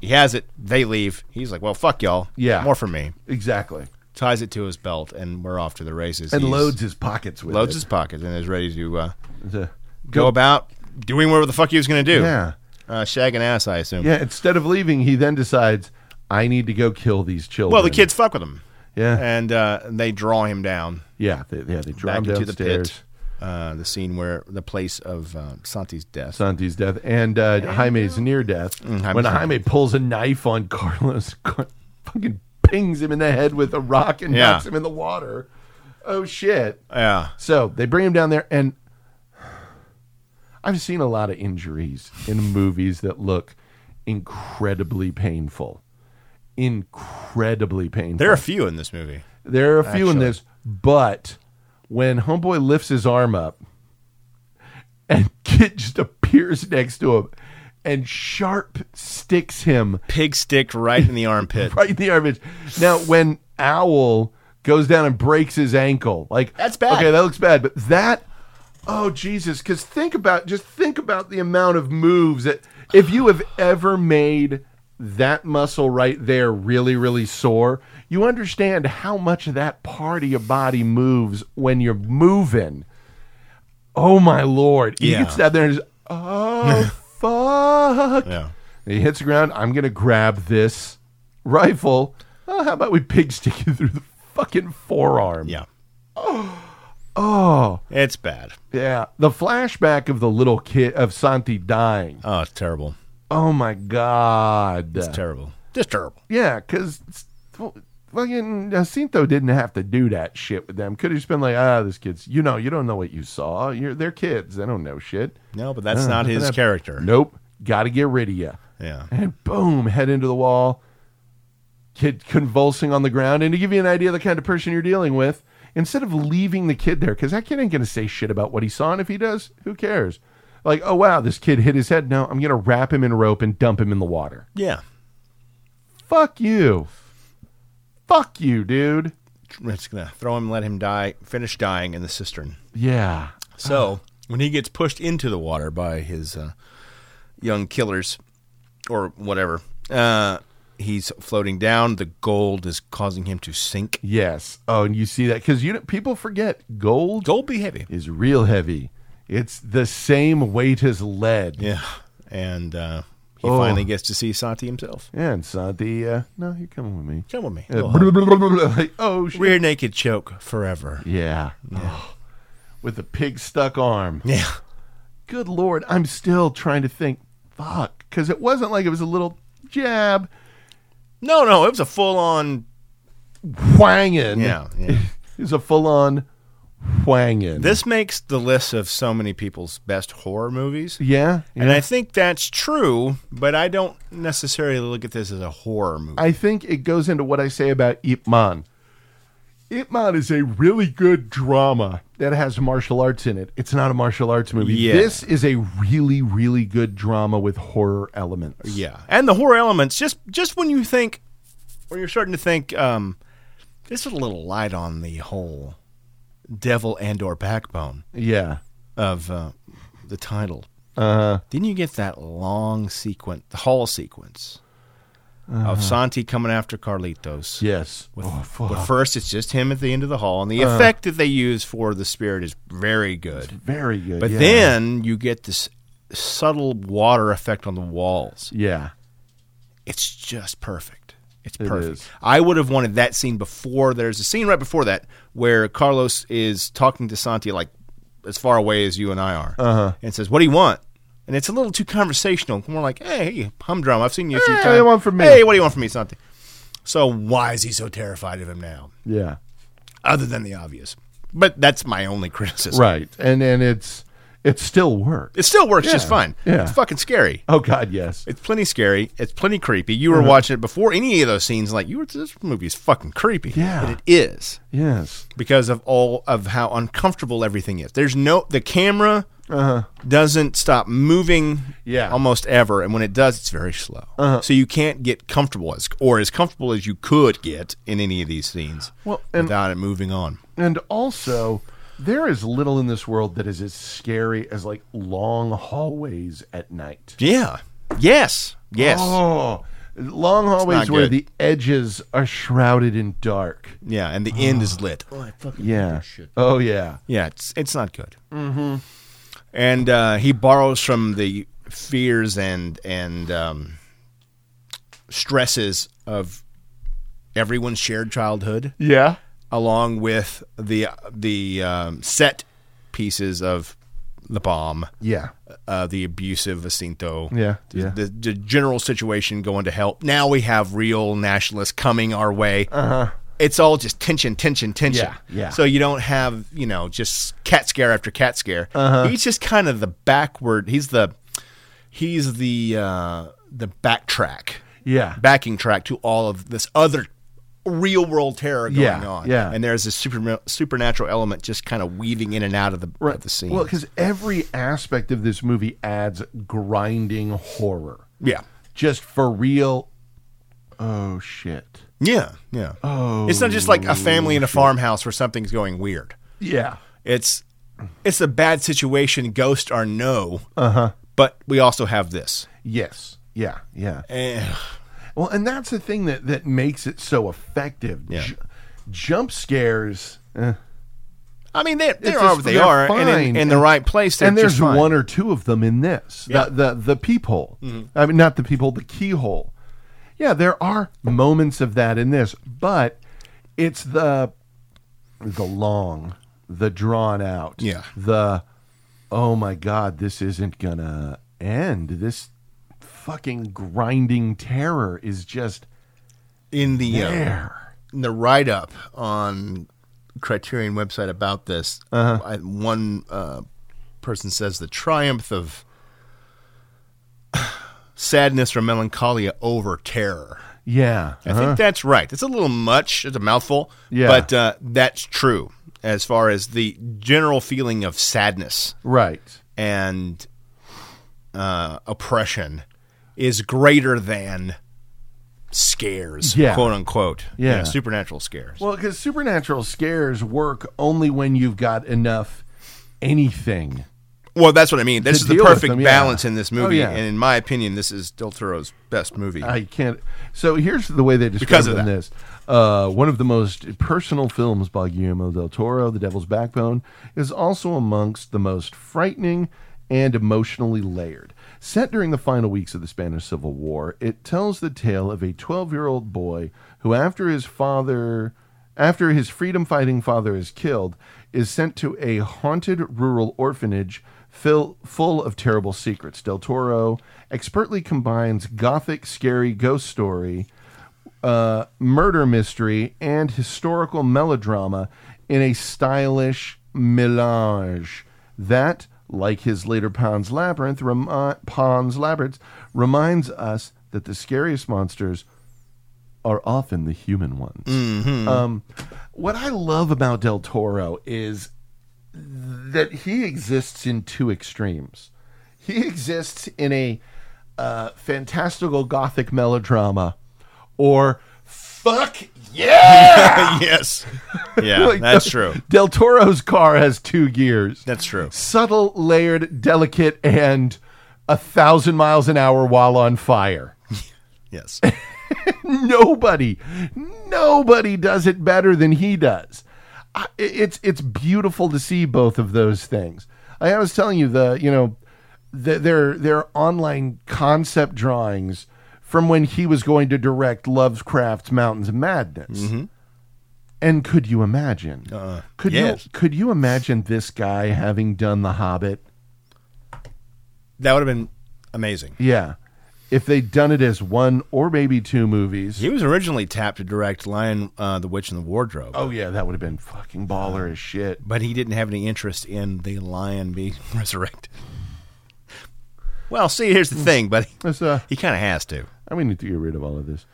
[SPEAKER 2] He has it. They leave. He's like, "Well, fuck y'all.
[SPEAKER 1] Yeah.
[SPEAKER 2] more for me."
[SPEAKER 1] Exactly.
[SPEAKER 2] Ties it to his belt, and we're off to the races.
[SPEAKER 1] And
[SPEAKER 2] He's-
[SPEAKER 1] loads his pockets with
[SPEAKER 2] loads
[SPEAKER 1] it.
[SPEAKER 2] his pockets, and is ready to uh,
[SPEAKER 1] The-
[SPEAKER 2] go, about doing whatever the fuck he was going to do.
[SPEAKER 1] Yeah.
[SPEAKER 2] uh, shagging ass, I assume.
[SPEAKER 1] Yeah. Instead of leaving, he then decides, I need to go kill these children.
[SPEAKER 2] Well, the kids fuck with him,
[SPEAKER 1] Yeah.
[SPEAKER 2] and uh, they draw him down.
[SPEAKER 1] Yeah, they, yeah, they
[SPEAKER 2] back
[SPEAKER 1] dropped
[SPEAKER 2] into the
[SPEAKER 1] downstairs.
[SPEAKER 2] pit. Uh, the scene where the place of uh, Santi's death.
[SPEAKER 1] Santi's death and uh, Jaime's near death.
[SPEAKER 2] mm, Jaime's
[SPEAKER 1] when
[SPEAKER 2] near
[SPEAKER 1] Jaime pulls a knife on Carlos, Car- fucking pings him in the head with a rock and
[SPEAKER 2] Yeah.
[SPEAKER 1] knocks him in the water. Oh shit!
[SPEAKER 2] yeah,
[SPEAKER 1] So they bring him down there, and I've seen a lot of injuries in movies that look incredibly painful. Incredibly painful.
[SPEAKER 2] there are a few in this movie.
[SPEAKER 1] There are a few in
[SPEAKER 2] Actually.
[SPEAKER 1] this, but when Homeboy lifts his arm up and Kid just appears next to him and Sharp sticks him
[SPEAKER 2] Pig stick right in the armpit.
[SPEAKER 1] right in the armpit. Now, when Owl goes down and breaks his ankle, like
[SPEAKER 2] That's bad.
[SPEAKER 1] Okay, that looks bad, but that, oh Jesus! Because think about just think about the amount of moves that if you have ever made that muscle right there really really sore, you understand how much of that part of your body moves when you're moving. Oh my lord! You
[SPEAKER 2] Yeah.
[SPEAKER 1] can stand there and just oh fuck.
[SPEAKER 2] Yeah.
[SPEAKER 1] He hits the ground. I'm gonna grab this rifle. Oh, how about we pig stick you through the fucking forearm?
[SPEAKER 2] Yeah.
[SPEAKER 1] Oh,
[SPEAKER 2] It's bad.
[SPEAKER 1] yeah. The flashback of the little kid of Santi dying.
[SPEAKER 2] Oh, it's terrible.
[SPEAKER 1] Oh my god.
[SPEAKER 2] It's terrible. Just terrible.
[SPEAKER 1] Yeah, because fucking Jacinto didn't have to do that shit with them. Could have just been like, ah, this kid's, you know, you don't know what you saw. You're, they're kids. They don't know shit.
[SPEAKER 2] No, but that's not his
[SPEAKER 1] that-
[SPEAKER 2] character.
[SPEAKER 1] Nope. Got to get rid of you.
[SPEAKER 2] Yeah.
[SPEAKER 1] And boom, head into the wall. Kid convulsing on the ground. And to give you an idea of the kind of person you're dealing with, instead of leaving the kid there, because that kid ain't going to say shit about what he saw. And if he does, who cares? Like, oh, wow, this kid hit his head. No, I'm going to wrap him in rope and dump him in the water.
[SPEAKER 2] Yeah.
[SPEAKER 1] Fuck you. Fuck you, dude.
[SPEAKER 2] We're just gonna throw him, let him die, finish dying in the cistern.
[SPEAKER 1] Yeah.
[SPEAKER 2] So when he gets pushed into the water by his uh, young killers or whatever, uh, he's floating down. The gold is causing him to sink.
[SPEAKER 1] Yes. Oh, and you see that because you know, people forget gold
[SPEAKER 2] Gold be heavy.
[SPEAKER 1] is real heavy. It's the same weight as lead.
[SPEAKER 2] Yeah, and uh, he
[SPEAKER 1] Oh.
[SPEAKER 2] finally gets to see Santi himself.
[SPEAKER 1] Yeah, and Santi, uh, no, you're coming with me.
[SPEAKER 2] Come with me.
[SPEAKER 1] Uh,
[SPEAKER 2] Little hug.
[SPEAKER 1] like, oh shit.
[SPEAKER 2] Rear naked choke forever.
[SPEAKER 1] Yeah. Oh, with a pig stuck arm.
[SPEAKER 2] Yeah.
[SPEAKER 1] Good lord, I'm still trying to think. Fuck, because it wasn't like it was a little jab,
[SPEAKER 2] No, no, it was a full on.
[SPEAKER 1] whanging.
[SPEAKER 2] Yeah, yeah.
[SPEAKER 1] it was a full-on whanging.
[SPEAKER 2] this makes the list of so many people's best horror movies.
[SPEAKER 1] Yeah. yeah.
[SPEAKER 2] And I think that's true, but I don't necessarily look at this as a horror movie.
[SPEAKER 1] I think it goes into what I say about Ip Man. Ip Man is a really good drama that has martial arts in it. It's not a martial arts movie.
[SPEAKER 2] Yeah.
[SPEAKER 1] This is a really, really good drama with horror elements.
[SPEAKER 2] Yeah, and the horror elements. Just just when you think, when you're starting to think, um, this is a little light on the whole devil and or backbone
[SPEAKER 1] Yeah.
[SPEAKER 2] of uh, the title. Uh, Didn't you get that long sequence, the whole sequence of Santi coming after Carlitos?
[SPEAKER 1] Yes. oh, fuck.
[SPEAKER 2] But first, it's just him at the end of the hall, and the effect that they use for the spirit is very good.
[SPEAKER 1] Very good.
[SPEAKER 2] But
[SPEAKER 1] yeah.
[SPEAKER 2] then you get this subtle water effect on the walls.
[SPEAKER 1] Yeah.
[SPEAKER 2] It's just perfect. It's
[SPEAKER 1] It
[SPEAKER 2] perfect.
[SPEAKER 1] is.
[SPEAKER 2] I would have wanted that scene before. There's a scene right before that where Carlos is talking to Santi like as far away as you and I are, uh-huh. and says, "What do you want?" And it's a little too conversational. More like, "Hey, humdrum. I've seen you a few
[SPEAKER 1] Hey, Eh, what
[SPEAKER 2] times.
[SPEAKER 1] do you want from me?"
[SPEAKER 2] Hey, what do you want from me, Santi?" So why is he so terrified of him now?
[SPEAKER 1] Yeah.
[SPEAKER 2] Other than the obvious, but that's my only criticism.
[SPEAKER 1] Right. And and it's it still works.
[SPEAKER 2] It still works just fine.
[SPEAKER 1] yeah.
[SPEAKER 2] It's fucking scary.
[SPEAKER 1] Oh God, yes.
[SPEAKER 2] It's plenty scary. It's plenty creepy. You were
[SPEAKER 1] Uh-huh.
[SPEAKER 2] watching it before any of those scenes, like you were. This movie is fucking creepy.
[SPEAKER 1] Yeah.
[SPEAKER 2] and it is
[SPEAKER 1] Yes.
[SPEAKER 2] because of all of how uncomfortable everything is. There's no the camera doesn't stop moving.
[SPEAKER 1] Uh-huh. Yeah. Uh-huh.
[SPEAKER 2] almost ever. And when it does, it's very slow. So you can't get comfortable as or as comfortable as you could get in any of these scenes.
[SPEAKER 1] Well, and-
[SPEAKER 2] without it moving on.
[SPEAKER 1] And also, there is little in this world that is as scary as like long hallways at night.
[SPEAKER 2] Yeah. Yes. Yes.
[SPEAKER 1] Oh, long hallways
[SPEAKER 2] not
[SPEAKER 1] where
[SPEAKER 2] good.
[SPEAKER 1] the edges are shrouded in dark.
[SPEAKER 2] Yeah. And the end is lit.
[SPEAKER 1] Yeah. Oh yeah.
[SPEAKER 2] Yeah, it's it's not good. Mm-hmm. And uh, he borrows from the fears and and um, stresses of everyone's shared childhood,
[SPEAKER 1] Yeah.
[SPEAKER 2] along with the the um, set pieces of the bomb,
[SPEAKER 1] Yeah.
[SPEAKER 2] uh, the abusive Jacinto,
[SPEAKER 1] Yeah,
[SPEAKER 2] the,
[SPEAKER 1] yeah.
[SPEAKER 2] The, the general situation going to help. Now we have real nationalists coming our way. It's all just tension, tension, tension.
[SPEAKER 1] Uh-huh. Yeah, yeah.
[SPEAKER 2] So you don't have you know just cat scare after cat scare.
[SPEAKER 1] Uh-huh.
[SPEAKER 2] He's just kind of the backward. He's the he's the uh, the backtrack,
[SPEAKER 1] Yeah.
[SPEAKER 2] backing track to all of this other real world terror going
[SPEAKER 1] Yeah,
[SPEAKER 2] on.
[SPEAKER 1] yeah.
[SPEAKER 2] And there's this super, supernatural element just kind of weaving in and out of the of the scene.
[SPEAKER 1] Well, because every aspect of this movie adds grinding horror,
[SPEAKER 2] yeah.
[SPEAKER 1] just for real. Oh shit.
[SPEAKER 2] Yeah, yeah. Oh, it's not just like a family
[SPEAKER 1] Oh,
[SPEAKER 2] in a farmhouse where something's going weird.
[SPEAKER 1] Yeah.
[SPEAKER 2] It's it's a bad situation, ghost or no. Uh
[SPEAKER 1] Uh-huh.
[SPEAKER 2] huh. But we also have this.
[SPEAKER 1] Yes. Yeah. Yeah.
[SPEAKER 2] Eh,
[SPEAKER 1] Well, and that's the thing that that makes it so effective.
[SPEAKER 2] Yeah. Uh-huh.
[SPEAKER 1] Ju- jump scares. eh,
[SPEAKER 2] I mean, they, they
[SPEAKER 1] It's
[SPEAKER 2] are
[SPEAKER 1] just-
[SPEAKER 2] what they
[SPEAKER 1] they're
[SPEAKER 2] are, and
[SPEAKER 1] fine.
[SPEAKER 2] in, in the right place. They're
[SPEAKER 1] and there's
[SPEAKER 2] just fine.
[SPEAKER 1] one or two of them in this.
[SPEAKER 2] Yeah. Mm-hmm.
[SPEAKER 1] The, the the peephole. I mean, not the peephole, the keyhole. Yeah, there are moments of that in this, but it's the the long, the drawn out.
[SPEAKER 2] Yeah.
[SPEAKER 1] The oh my god, this isn't gonna end. This fucking grinding terror is just
[SPEAKER 2] in the uh,
[SPEAKER 1] there.
[SPEAKER 2] in the write up on Criterion website about this.
[SPEAKER 1] Uh-huh.
[SPEAKER 2] I, one uh, person says the triumph of sadness or melancholia over terror.
[SPEAKER 1] Yeah.
[SPEAKER 2] I think that's right. It's a little much. It's a mouthful.
[SPEAKER 1] Uh-huh. Yeah.
[SPEAKER 2] But uh, that's true as far as the general feeling of sadness
[SPEAKER 1] Right.
[SPEAKER 2] and uh, oppression is greater than scares,
[SPEAKER 1] Yeah.
[SPEAKER 2] quote unquote.
[SPEAKER 1] Yeah.
[SPEAKER 2] supernatural scares.
[SPEAKER 1] Well, because supernatural scares work only when you've got enough anything.
[SPEAKER 2] Well, that's what I mean. This
[SPEAKER 1] To
[SPEAKER 2] is the
[SPEAKER 1] deal with
[SPEAKER 2] perfect
[SPEAKER 1] them, yeah.
[SPEAKER 2] balance in this
[SPEAKER 1] Oh,
[SPEAKER 2] movie,
[SPEAKER 1] yeah. Uh,
[SPEAKER 2] and in my opinion, this is Del Toro's best movie.
[SPEAKER 1] I can't. So here's the way they describe
[SPEAKER 2] Because of
[SPEAKER 1] it in
[SPEAKER 2] that.
[SPEAKER 1] this. Uh, one of the most personal films by Guillermo del Toro, The Devil's Backbone, is also amongst the most frightening and emotionally layered. Set during the final weeks of the Spanish Civil War, it tells the tale of a 12 year old boy who, after his father. After his freedom fighting father is killed, is sent to a haunted rural orphanage fill, full of terrible secrets. Del Toro expertly combines gothic, scary ghost story, uh, murder mystery, and historical melodrama in a stylish melange that, like his later Pond's Labyrinth, remi- Pond's Labyrinth reminds us that the scariest monsters are often the human ones. Um, what I love about Del Toro is that he exists in two extremes. He exists in a uh, fantastical gothic melodrama, or fuck yeah,
[SPEAKER 2] yes, yeah,
[SPEAKER 1] Like,
[SPEAKER 2] that's
[SPEAKER 1] Del-
[SPEAKER 2] true.
[SPEAKER 1] Del Toro's car has two gears.
[SPEAKER 2] That's true.
[SPEAKER 1] subtle, layered, delicate, and a thousand miles an hour while on fire.
[SPEAKER 2] Yes,
[SPEAKER 1] nobody, nobody does it better than he does. I, it's it's beautiful to see both of those things. I was telling you the you know the, their their online concept drawings from when he was going to direct Lovecraft's Mountains of Madness. And could you imagine? could
[SPEAKER 2] yes.
[SPEAKER 1] you could you imagine this guy having done The Hobbit?
[SPEAKER 2] that would have been amazing.
[SPEAKER 1] Yeah, if they'd done it as one or maybe two movies.
[SPEAKER 2] He was originally tapped to direct Lion, uh, the Witch, and the Wardrobe.
[SPEAKER 1] Oh yeah, that would have been fucking baller as shit.
[SPEAKER 2] but he didn't have any interest in the lion being resurrected. Well, see, here's the thing, buddy.
[SPEAKER 1] It's, uh,
[SPEAKER 2] He kind of has to.
[SPEAKER 1] I mean, we need to get rid of all of this.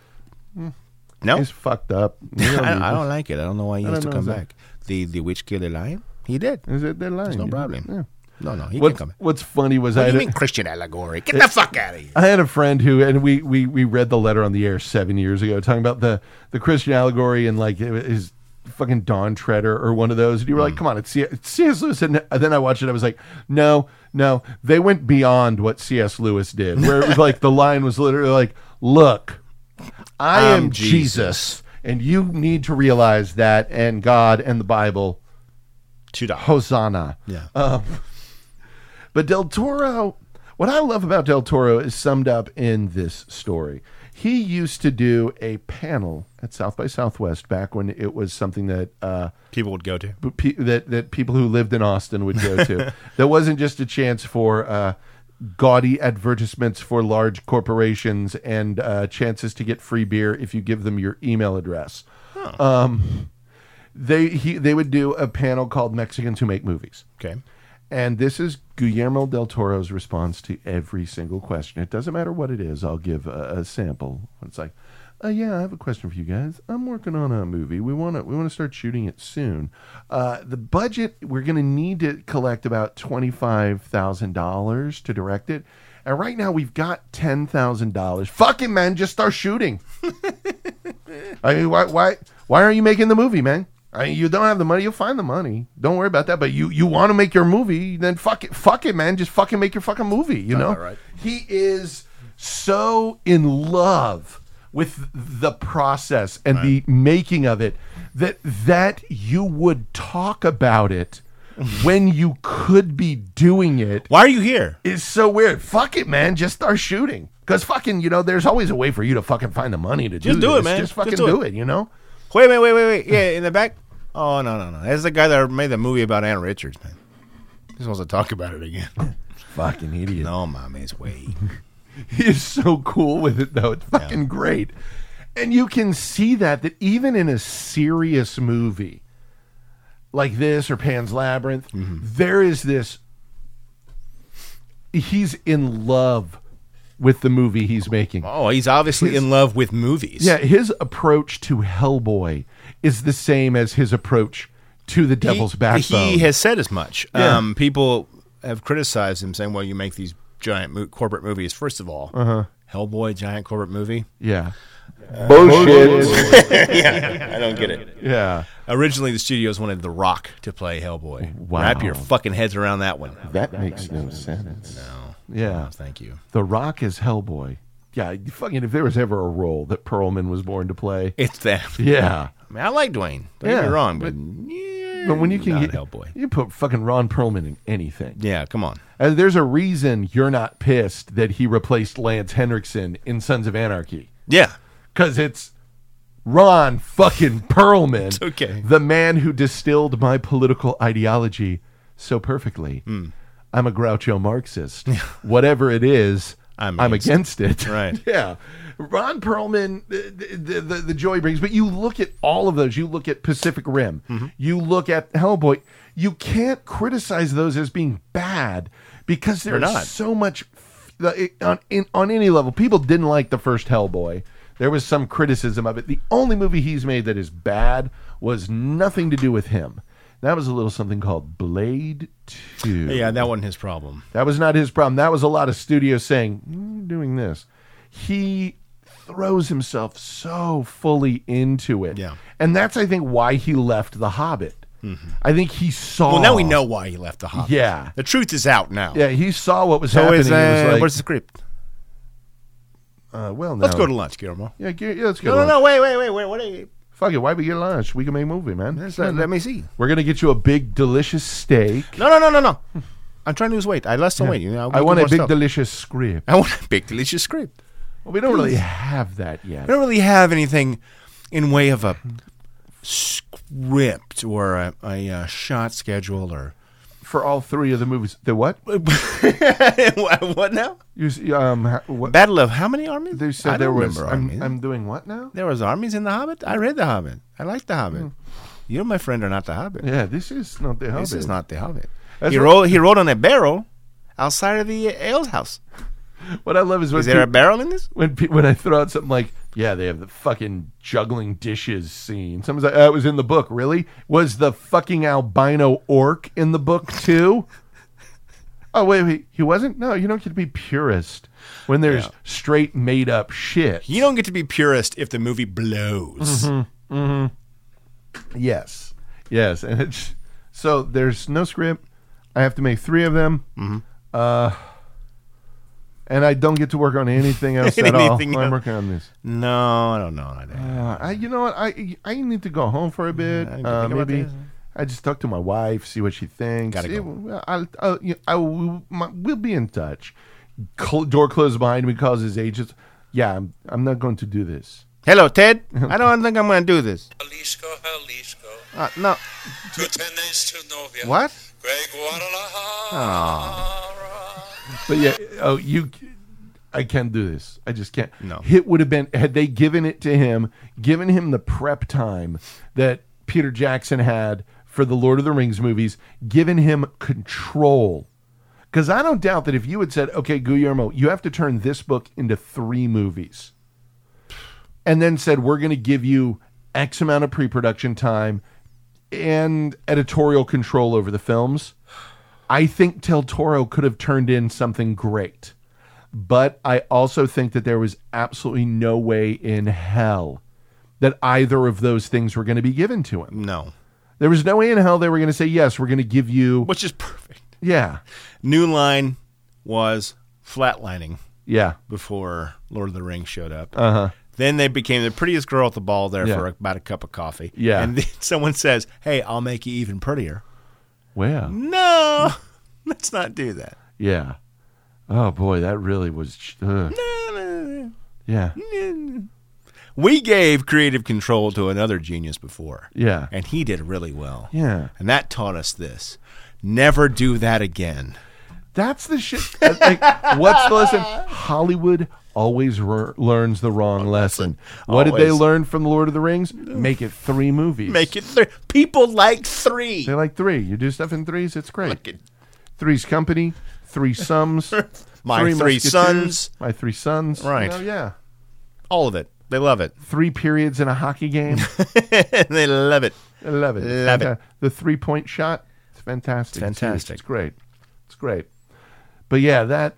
[SPEAKER 2] No,
[SPEAKER 1] It's fucked up. We
[SPEAKER 2] I,
[SPEAKER 1] don't need
[SPEAKER 2] I don't
[SPEAKER 1] this.
[SPEAKER 2] like it. I don't know why he has to
[SPEAKER 1] don't know
[SPEAKER 2] come
[SPEAKER 1] that.
[SPEAKER 2] back. The the witch killed a lion. He did.
[SPEAKER 1] Is it that line?
[SPEAKER 2] No problem.
[SPEAKER 1] Yeah.
[SPEAKER 2] No, no, he
[SPEAKER 1] What,
[SPEAKER 2] can come back.
[SPEAKER 1] what's funny was I
[SPEAKER 2] What do
[SPEAKER 1] had,
[SPEAKER 2] you
[SPEAKER 1] a-
[SPEAKER 2] mean Christian allegory? Get the fuck out of here.
[SPEAKER 1] I had a friend who, and we, we, we read the letter on the air seven years ago, talking about the, the Christian allegory and like it was- his fucking Don Treader or one of those. And you were like, come on, it's, C- it's C.S. Lewis. And then I watched it. I was like, no, no. They went beyond what C.S. Lewis did, where it was like the line was literally like, look, I
[SPEAKER 2] I'm
[SPEAKER 1] am Jesus. And you need to realize that, and God and the Bible
[SPEAKER 2] Two dollars.
[SPEAKER 1] Hosanna. Um,
[SPEAKER 2] Yeah.
[SPEAKER 1] But Del Toro, what I love about Del Toro is summed up in this story. He used to do a panel at South by Southwest back when it was something that uh,
[SPEAKER 2] People would go to.
[SPEAKER 1] pe- that that people who lived in Austin would go to. that wasn't just a chance for uh, gaudy advertisements for large corporations and uh, chances to get free beer if you give them your email address. Um, they he, they would do a panel called Mexicans Who Make Movies.
[SPEAKER 2] Okay.
[SPEAKER 1] And this is Guillermo del Toro's response to every single question. It doesn't matter what it is. I'll give a, a sample. It's like, uh, yeah, I have a question for you guys. I'm working on a movie. We want to we want to start shooting it soon. Uh, the budget we're going to need to collect about twenty five thousand dollars to direct it. And right now we've got ten thousand dollars. Fucking man, just start shooting. I mean, why, why, why aren't you making the movie, man? I mean, you don't have the money. You'll find the money. Don't worry about that. But you, you want to make your movie? Then fuck it, fuck it, man. Just fucking make your fucking movie. You know.
[SPEAKER 2] right.
[SPEAKER 1] He is so in love with the process and the making of it that that you would talk about it when you could be doing it
[SPEAKER 2] Why are you here?
[SPEAKER 1] is so weird. Fuck it, man. Just start shooting. Because fucking, you know, there's always a way for you to fucking find the money to
[SPEAKER 2] Just
[SPEAKER 1] do
[SPEAKER 2] do it,
[SPEAKER 1] this.
[SPEAKER 2] man.
[SPEAKER 1] Just fucking
[SPEAKER 2] Just do
[SPEAKER 1] do
[SPEAKER 2] it.
[SPEAKER 1] it. you know?
[SPEAKER 2] Wait, wait, wait, wait, wait. Yeah, in the back. Oh no, no, no. That's the guy that made the movie about Ann Richards, man. He just wants to talk about it again.
[SPEAKER 1] Fucking idiot.
[SPEAKER 2] no, mommy's way.
[SPEAKER 1] He is so cool with it though. It's fucking great. And you can see that that even in a serious movie like this or Pan's Labyrinth, there is this he's in love with the movie he's making.
[SPEAKER 2] Oh, he's obviously in love with movies.
[SPEAKER 1] Yeah, his approach to Hellboy is the same as his approach to the Devil's
[SPEAKER 2] he,
[SPEAKER 1] Backbone.
[SPEAKER 2] He has said as much.
[SPEAKER 1] Yeah.
[SPEAKER 2] Um, people have criticized him, saying, "Well, you make these giant mo- corporate movies." First of all, uh-huh. Hellboy, giant corporate movie.
[SPEAKER 1] yeah.
[SPEAKER 2] I don't get it.
[SPEAKER 1] Yeah.
[SPEAKER 2] Originally, the studios wanted The Rock to play Hellboy.
[SPEAKER 1] Wow.
[SPEAKER 2] Wrap your fucking heads around that one.
[SPEAKER 8] That makes no sense.
[SPEAKER 1] Yeah.
[SPEAKER 2] Thank you.
[SPEAKER 1] The Rock is Hellboy. Yeah, you fucking if there was ever a role that Perlman was born to play.
[SPEAKER 2] It's that.
[SPEAKER 1] Yeah.
[SPEAKER 2] I, mean, I like Dwayne. Don't get
[SPEAKER 1] Yeah,
[SPEAKER 2] me wrong, but,
[SPEAKER 1] But when you can
[SPEAKER 2] not
[SPEAKER 1] get
[SPEAKER 2] Hellboy.
[SPEAKER 1] you put fucking Ron Perlman in anything.
[SPEAKER 2] Yeah, come on.
[SPEAKER 1] And there's a reason you're not pissed that he replaced Lance Henriksen in Sons of Anarchy.
[SPEAKER 2] Yeah,
[SPEAKER 1] Cause it's Ron fucking Perlman.
[SPEAKER 2] okay.
[SPEAKER 1] The man who distilled my political ideology so perfectly. I'm a Groucho Marxist. Whatever it is,
[SPEAKER 2] I'm
[SPEAKER 1] I'm, against, it.
[SPEAKER 2] Right.
[SPEAKER 1] yeah. Ron Perlman, the, the, the, the joy he brings, but you look at all of those. You look at Pacific Rim.
[SPEAKER 2] Mm-hmm.
[SPEAKER 1] You look at Hellboy. You can't criticize those as being bad because there's
[SPEAKER 2] not.
[SPEAKER 1] so much f- the- it- on, in, on any level. People didn't like the first Hellboy. There was some criticism of it. The only movie he's made that is bad was nothing to do with him. That was a little something called Blade 2.
[SPEAKER 2] yeah, that wasn't his problem.
[SPEAKER 1] That was not his problem. That was a lot of studios saying, "Mm, you're doing this. He throws himself so fully into it.
[SPEAKER 2] Yeah. Mm-hmm.
[SPEAKER 1] And that's, I think, why he left The Hobbit. I think he saw.
[SPEAKER 2] Well, now we know why he left the Hobbit.
[SPEAKER 1] Oh. Yeah.
[SPEAKER 2] the truth is out now.
[SPEAKER 1] Yeah, he saw what was
[SPEAKER 2] So
[SPEAKER 1] happening.
[SPEAKER 2] is
[SPEAKER 1] He was
[SPEAKER 2] uh,
[SPEAKER 1] like,
[SPEAKER 2] what's the script?
[SPEAKER 1] uh, well,
[SPEAKER 2] Let's
[SPEAKER 1] no.
[SPEAKER 2] go to lunch, Guillermo.
[SPEAKER 1] Yeah, ge- yeah let's go. to
[SPEAKER 2] No, no,
[SPEAKER 1] lunch.
[SPEAKER 2] no. Wait, wait, wait, wait. What? Are you,
[SPEAKER 1] Fuck it. Why we get lunch? We can make a movie, man.
[SPEAKER 2] let, let me see.
[SPEAKER 1] We're gonna get you a big, delicious steak.
[SPEAKER 2] No, no, no, no, no. I'm trying to lose weight. I lost some weight. You know,
[SPEAKER 1] I want a big,
[SPEAKER 2] delicious.
[SPEAKER 1] delicious script.
[SPEAKER 2] I want a big delicious script.
[SPEAKER 1] Well, we don't really have that yet.
[SPEAKER 2] I don't really have anything in way of a script or a, a, uh shot schedule or
[SPEAKER 1] For all three of the movies, the what?
[SPEAKER 2] what, what now?
[SPEAKER 1] You s- um, ha- what?
[SPEAKER 2] Battle of how many armies?
[SPEAKER 1] They
[SPEAKER 2] I
[SPEAKER 1] said there
[SPEAKER 2] don't
[SPEAKER 1] was.
[SPEAKER 2] remember
[SPEAKER 1] I'm,
[SPEAKER 2] armies.
[SPEAKER 1] I'm doing what now?
[SPEAKER 2] there was armies in the Hobbit. I read the Hobbit. I like the Hobbit.
[SPEAKER 1] Hmm.
[SPEAKER 2] You, my friend, are not the Hobbit.
[SPEAKER 1] Yeah, this is not the Hobbit.
[SPEAKER 2] This is not the Hobbit.
[SPEAKER 1] That's
[SPEAKER 2] he
[SPEAKER 1] what-
[SPEAKER 2] rode. He rode on a barrel outside of the ale's house.
[SPEAKER 1] What I love is when
[SPEAKER 2] Is there a
[SPEAKER 1] peop-
[SPEAKER 2] barrel in this?
[SPEAKER 1] when pe- when I throw out something like, yeah, they have the fucking juggling dishes scene. Someone's like, oh, it was in the book. Really? Was the fucking albino orc in the book too? oh wait, wait, he wasn't. No, you don't get to be purist when there's straight made up shit.
[SPEAKER 2] You don't get to be purist if the movie blows.
[SPEAKER 1] Yes. Yes, and it's so there's no script. I have to make three of them. Uh,
[SPEAKER 2] Mm-hmm.
[SPEAKER 1] and I don't get to work on anything else at all.
[SPEAKER 2] Anything
[SPEAKER 1] while I'm
[SPEAKER 2] else.
[SPEAKER 1] working on this.
[SPEAKER 2] No, I don't know. I don't.
[SPEAKER 1] Uh, I, you know what? I I need to go home for a bit.
[SPEAKER 2] I need to
[SPEAKER 1] uh,
[SPEAKER 2] think about
[SPEAKER 1] maybe
[SPEAKER 2] this.
[SPEAKER 1] I just talk to my wife, see what she thinks.
[SPEAKER 2] Gotta
[SPEAKER 1] It-
[SPEAKER 2] go.
[SPEAKER 1] well, I'll, I'll, you know, I will, my, we'll be in touch. Cl- door closed behind me. Calls his agents. Yeah, I'm, I'm not going to do this.
[SPEAKER 2] Hello, Ted. I don't think I'm going to do this.
[SPEAKER 3] Jalisco, Jalisco.
[SPEAKER 2] Uh, no.
[SPEAKER 3] Good tenants to Novia.
[SPEAKER 2] What?
[SPEAKER 3] Greg Guadalajara.
[SPEAKER 1] But yeah, oh, you, I can't do this. I just can't.
[SPEAKER 2] No.
[SPEAKER 1] It would have been, had they given it to him, given him the prep time that Peter Jackson had for the Lord of the Rings movies, given him control. Because I don't doubt that if you had said, okay, Guillermo, you have to turn this book into three movies, and then said, we're going to give you X amount of pre production time and editorial control over the films. I think Del Toro could have turned in something great. But I also think that there was absolutely no way in hell that either of those things were going to be given to him.
[SPEAKER 2] No.
[SPEAKER 1] There was no way in hell they were going to say, yes, we're going to give you.
[SPEAKER 2] Which is perfect.
[SPEAKER 1] Yeah.
[SPEAKER 2] New Line was flatlining
[SPEAKER 1] Yeah.
[SPEAKER 2] before Lord of the Rings showed up. Uh huh. Then they became the prettiest girl at the ball there
[SPEAKER 1] Yeah.
[SPEAKER 2] for about a cup of coffee.
[SPEAKER 1] Yeah.
[SPEAKER 2] And then someone says, "Hey, I'll make you even prettier."
[SPEAKER 1] Wow.
[SPEAKER 2] No, let's not do that.
[SPEAKER 1] Yeah. Oh boy, that really was. ch- Ugh. Yeah.
[SPEAKER 2] We gave creative control to another genius before.
[SPEAKER 1] Yeah.
[SPEAKER 2] And he did really well.
[SPEAKER 1] Yeah.
[SPEAKER 2] And that taught us this. Never do that again.
[SPEAKER 1] That's the shit. Like, what's the lesson? Hollywood always r- learns the wrong lesson. What did they
[SPEAKER 2] Always.
[SPEAKER 1] learn from Lord of the Rings? Make it three movies.
[SPEAKER 2] Make it three. People like three.
[SPEAKER 1] They like three. You do stuff in threes. It's great. Three's Company, Three Sums,
[SPEAKER 2] My Three
[SPEAKER 1] Musketeers,
[SPEAKER 2] Sons.
[SPEAKER 1] My Three Sons.
[SPEAKER 2] Right.
[SPEAKER 1] Oh yeah.
[SPEAKER 2] All of it. They love it.
[SPEAKER 1] Three periods in a hockey game.
[SPEAKER 2] they love it.
[SPEAKER 1] I love it.
[SPEAKER 2] Love it.
[SPEAKER 1] Fanta- The three point shot. It's fantastic. It's huge.
[SPEAKER 2] fantastic.
[SPEAKER 1] It's great. It's great. But yeah, that.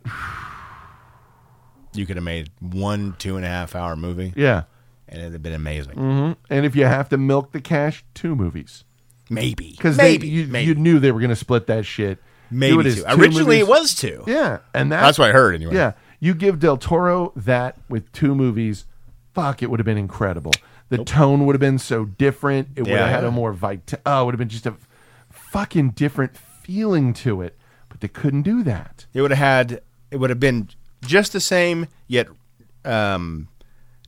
[SPEAKER 2] You could have made one two and a half hour movie,
[SPEAKER 1] Yeah. Mm-hmm.
[SPEAKER 2] and it'd have been amazing.
[SPEAKER 1] And if you have to milk the cash, two movies.
[SPEAKER 2] Maybe
[SPEAKER 1] Because they
[SPEAKER 2] maybe
[SPEAKER 1] you,
[SPEAKER 2] maybe,
[SPEAKER 1] you knew they were going to split that shit.
[SPEAKER 2] maybe
[SPEAKER 1] Do it as
[SPEAKER 2] two. Originally, it
[SPEAKER 1] movies.
[SPEAKER 2] was two.
[SPEAKER 1] Yeah, and that,
[SPEAKER 2] That's what I heard anyway.
[SPEAKER 1] Yeah, you give Del Toro that with two movies, fuck, it would have been incredible. The tone would have been so different. It would
[SPEAKER 2] Yeah.
[SPEAKER 1] have had a more vita. Oh, it would have been just a fucking different feeling to it. But they couldn't do that.
[SPEAKER 2] It would have had. It would have been just the same, yet um,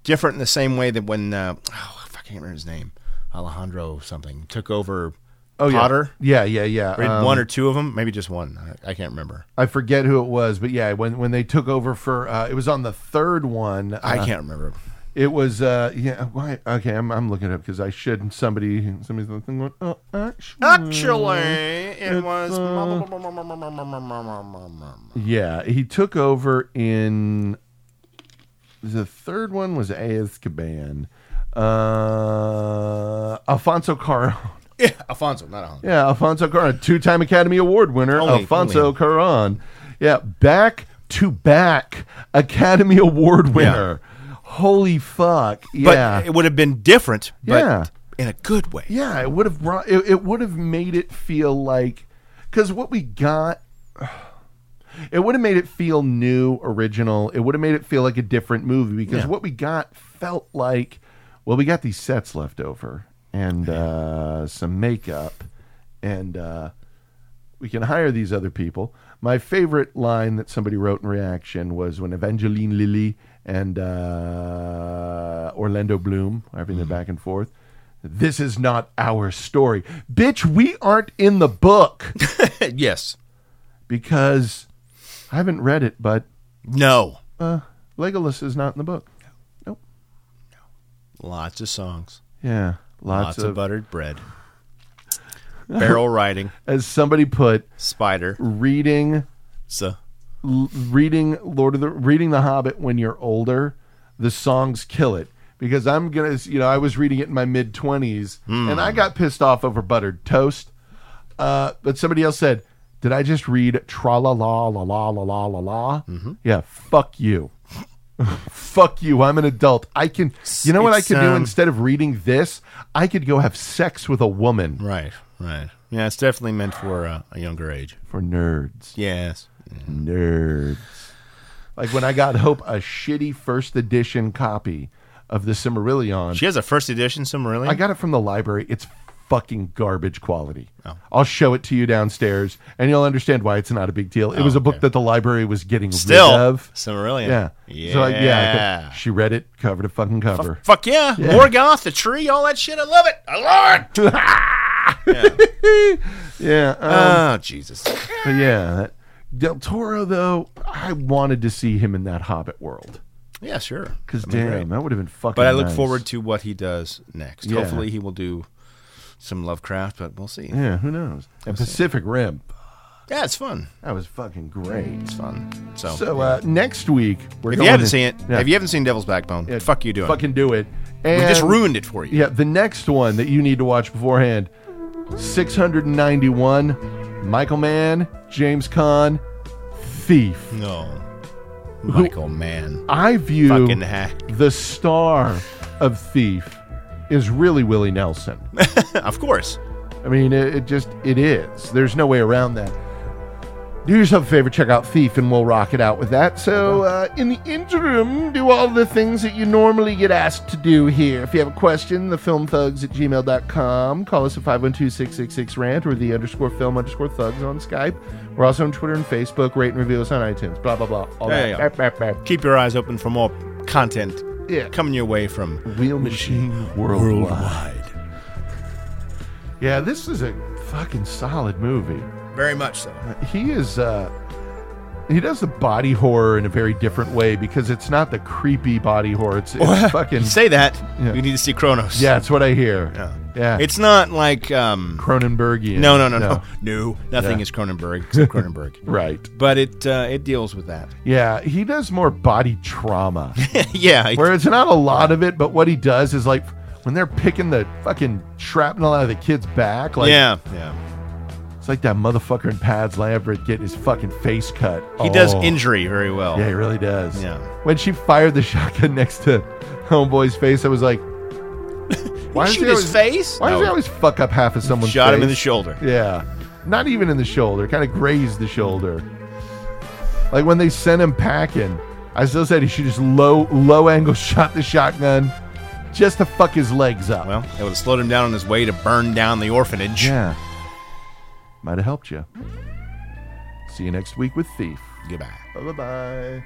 [SPEAKER 2] different in the same way that when uh, oh, I can't remember his name, Alejandro something took over Potter.
[SPEAKER 1] Oh, Yeah, yeah, yeah.
[SPEAKER 2] Read
[SPEAKER 1] Um,
[SPEAKER 2] one or two of them, maybe just one. I, I can't remember.
[SPEAKER 1] I forget who it was, but yeah, when when they took over for uh, it was on the third one.
[SPEAKER 2] I
[SPEAKER 1] uh,
[SPEAKER 2] can't remember.
[SPEAKER 1] It was uh yeah why okay I'm I'm looking it up because I should somebody somebody's the thing going oh actually
[SPEAKER 2] it was.
[SPEAKER 1] uh, yeah he took over in the third one was Azkaban uh Alfonso Cuarón
[SPEAKER 2] Yeah, Alfonso, not Alejandro.
[SPEAKER 1] yeah Alfonso Cuarón two time Academy Award winner
[SPEAKER 2] Only-
[SPEAKER 1] Alfonso
[SPEAKER 2] only-
[SPEAKER 1] Cuarón yeah back to back Academy Award winner holy fuck
[SPEAKER 2] But
[SPEAKER 1] yeah
[SPEAKER 2] it would have been different, but
[SPEAKER 1] Yeah.
[SPEAKER 2] in a good way.
[SPEAKER 1] Yeah, it would have brought it, it would have made it feel like because what we got it would have made it feel new, original. It would have made it feel like a different movie because what we got felt like well, we got these sets left over and uh, some makeup and uh, we can hire these other people. My favorite line that somebody wrote in reaction was when Evangeline Lilly and uh, Orlando Bloom are having their
[SPEAKER 2] Mm-hmm.
[SPEAKER 1] back and forth. This is not our story. Bitch, we aren't in the book
[SPEAKER 2] yes.
[SPEAKER 1] because I haven't read it, but
[SPEAKER 2] No.
[SPEAKER 1] uh, Legolas is not in the book.
[SPEAKER 2] Lots of songs.
[SPEAKER 1] Yeah. Lots,
[SPEAKER 2] Lots,
[SPEAKER 1] of,
[SPEAKER 2] of, buttered bread. Barrel riding.
[SPEAKER 1] as somebody put,
[SPEAKER 2] Spider.
[SPEAKER 1] reading
[SPEAKER 2] So,
[SPEAKER 1] l- reading Lord of the reading The Hobbit when you're older, the songs kill it because I'm gonna you know I was reading it in my mid twenties
[SPEAKER 2] Hmm.
[SPEAKER 1] and I got pissed off over buttered toast, uh, but somebody else said, "Did I just read tra la la la la la la la la?"
[SPEAKER 2] Mm-hmm.
[SPEAKER 1] Yeah, fuck you. Fuck you! I'm an adult. I can. You know what I
[SPEAKER 2] It's,
[SPEAKER 1] could do
[SPEAKER 2] um,
[SPEAKER 1] instead of reading this? I could go have sex with a woman
[SPEAKER 2] right, right. Yeah, it's definitely meant for uh, a younger age.
[SPEAKER 1] for nerds.
[SPEAKER 2] Yes.
[SPEAKER 1] nerds. Like when I got Hope a shitty first edition copy of the Cimmerillion.
[SPEAKER 2] She has a first edition Silmarillion.
[SPEAKER 1] I got it from the library. It's fucking garbage quality.
[SPEAKER 2] Oh.
[SPEAKER 1] I'll show it to you downstairs, and you'll understand why it's not a big deal. It was a book that the library was getting
[SPEAKER 2] Oh, Still.
[SPEAKER 1] rid of.
[SPEAKER 2] Silmarillion.
[SPEAKER 1] Yeah.
[SPEAKER 2] Yeah.
[SPEAKER 1] So I, yeah. I- She read it cover to fucking cover.
[SPEAKER 2] Fuck yeah. Morgoth, the tree, all that shit. I love it. I love it.
[SPEAKER 1] Yeah. um,
[SPEAKER 2] Oh, Jesus.
[SPEAKER 1] but yeah. that- Del Toro, though, I wanted to see him in that Hobbit world.
[SPEAKER 2] Yeah, sure.
[SPEAKER 1] Because
[SPEAKER 2] That'd be
[SPEAKER 1] damn,
[SPEAKER 2] great.
[SPEAKER 1] that would have been fucking.
[SPEAKER 2] But I look
[SPEAKER 1] nice.
[SPEAKER 2] forward to what he does next.
[SPEAKER 1] Yeah.
[SPEAKER 2] Hopefully, he will do some Lovecraft, but we'll see.
[SPEAKER 1] Yeah, who knows? And Pacific Rim.
[SPEAKER 2] Yeah, it's fun.
[SPEAKER 1] That was fucking great.
[SPEAKER 2] It's fun. So,
[SPEAKER 1] So uh, next week we're
[SPEAKER 2] if
[SPEAKER 1] going
[SPEAKER 2] you haven't
[SPEAKER 1] to-
[SPEAKER 2] seen it,
[SPEAKER 1] Yeah.
[SPEAKER 2] if you haven't seen Devil's Backbone,
[SPEAKER 1] Yeah,
[SPEAKER 2] fuck you doing. it.
[SPEAKER 1] fucking do it.
[SPEAKER 2] we
[SPEAKER 1] And
[SPEAKER 2] just ruined it for you.
[SPEAKER 1] Yeah, the next one that you need to watch beforehand, 691, Michael Mann, James Caan, Thief.
[SPEAKER 2] No, Michael Mann.
[SPEAKER 1] I view
[SPEAKER 2] Fucking eh. hack.
[SPEAKER 1] the star of Thief is really Willie Nelson.
[SPEAKER 2] of course.
[SPEAKER 1] I mean, it, it just it is. There's no way around that. Do yourself a favor, check out Thief, and we'll rock it out with that. So, uh, in the interim, do all the things that you normally get asked to do here. If you have a question, thefilmthugs at gmail.com. Call us at 512 666 rant or the underscore film underscore thugs on Skype. We're also on Twitter and Facebook. Rate and review us on iTunes. Blah, blah, blah. All
[SPEAKER 2] There
[SPEAKER 1] that.
[SPEAKER 2] you
[SPEAKER 1] Bah,
[SPEAKER 2] go.
[SPEAKER 1] bah, bah.
[SPEAKER 2] Keep your eyes open for more content
[SPEAKER 1] Yeah.
[SPEAKER 2] coming your way from
[SPEAKER 1] Wheel Machine Worldwide. Yeah, this is a fucking solid movie.
[SPEAKER 2] Very much so.
[SPEAKER 1] He is uh he does the body horror in a very different way because it's not the creepy body horror. It's, it's fucking
[SPEAKER 2] You say that.
[SPEAKER 1] Yeah.
[SPEAKER 2] We need to see Kronos.
[SPEAKER 1] Yeah, it's what I hear.
[SPEAKER 2] Yeah.
[SPEAKER 1] Yeah.
[SPEAKER 2] It's not like um
[SPEAKER 1] Cronenbergian.
[SPEAKER 2] no, no, no, no, no. Nothing
[SPEAKER 1] Yeah.
[SPEAKER 2] is Cronenberg except Cronenberg.
[SPEAKER 1] Right.
[SPEAKER 2] But it uh, it deals with that.
[SPEAKER 1] Yeah, he does more body trauma.
[SPEAKER 2] yeah, it-
[SPEAKER 1] where it's not a lot of it, but what he does is like when they're picking the fucking shrapnel out of the kid's back, like
[SPEAKER 2] yeah, yeah.
[SPEAKER 1] it's like that motherfucker in Pads Lambert getting his fucking face cut.
[SPEAKER 2] He does
[SPEAKER 1] Oh.
[SPEAKER 2] injury very well.
[SPEAKER 1] Yeah, he really does.
[SPEAKER 2] Yeah.
[SPEAKER 1] When she fired the shotgun next to Homeboy's face, I was like, Why
[SPEAKER 2] shoot his face?
[SPEAKER 1] Why does
[SPEAKER 2] No.
[SPEAKER 1] he always fuck up half of someone's
[SPEAKER 2] Shot him in the
[SPEAKER 1] face?
[SPEAKER 2] shoulder.
[SPEAKER 1] Yeah. Not even in the shoulder, kind of grazed the shoulder. Like when they sent him packing, I still said he should just low low angle shot the shotgun just to fuck his legs up.
[SPEAKER 2] Well, it would have slowed him down on his way to burn down the orphanage.
[SPEAKER 1] yeah. Might have helped you. See you next week with Thief.
[SPEAKER 2] Goodbye.
[SPEAKER 1] Bye bye.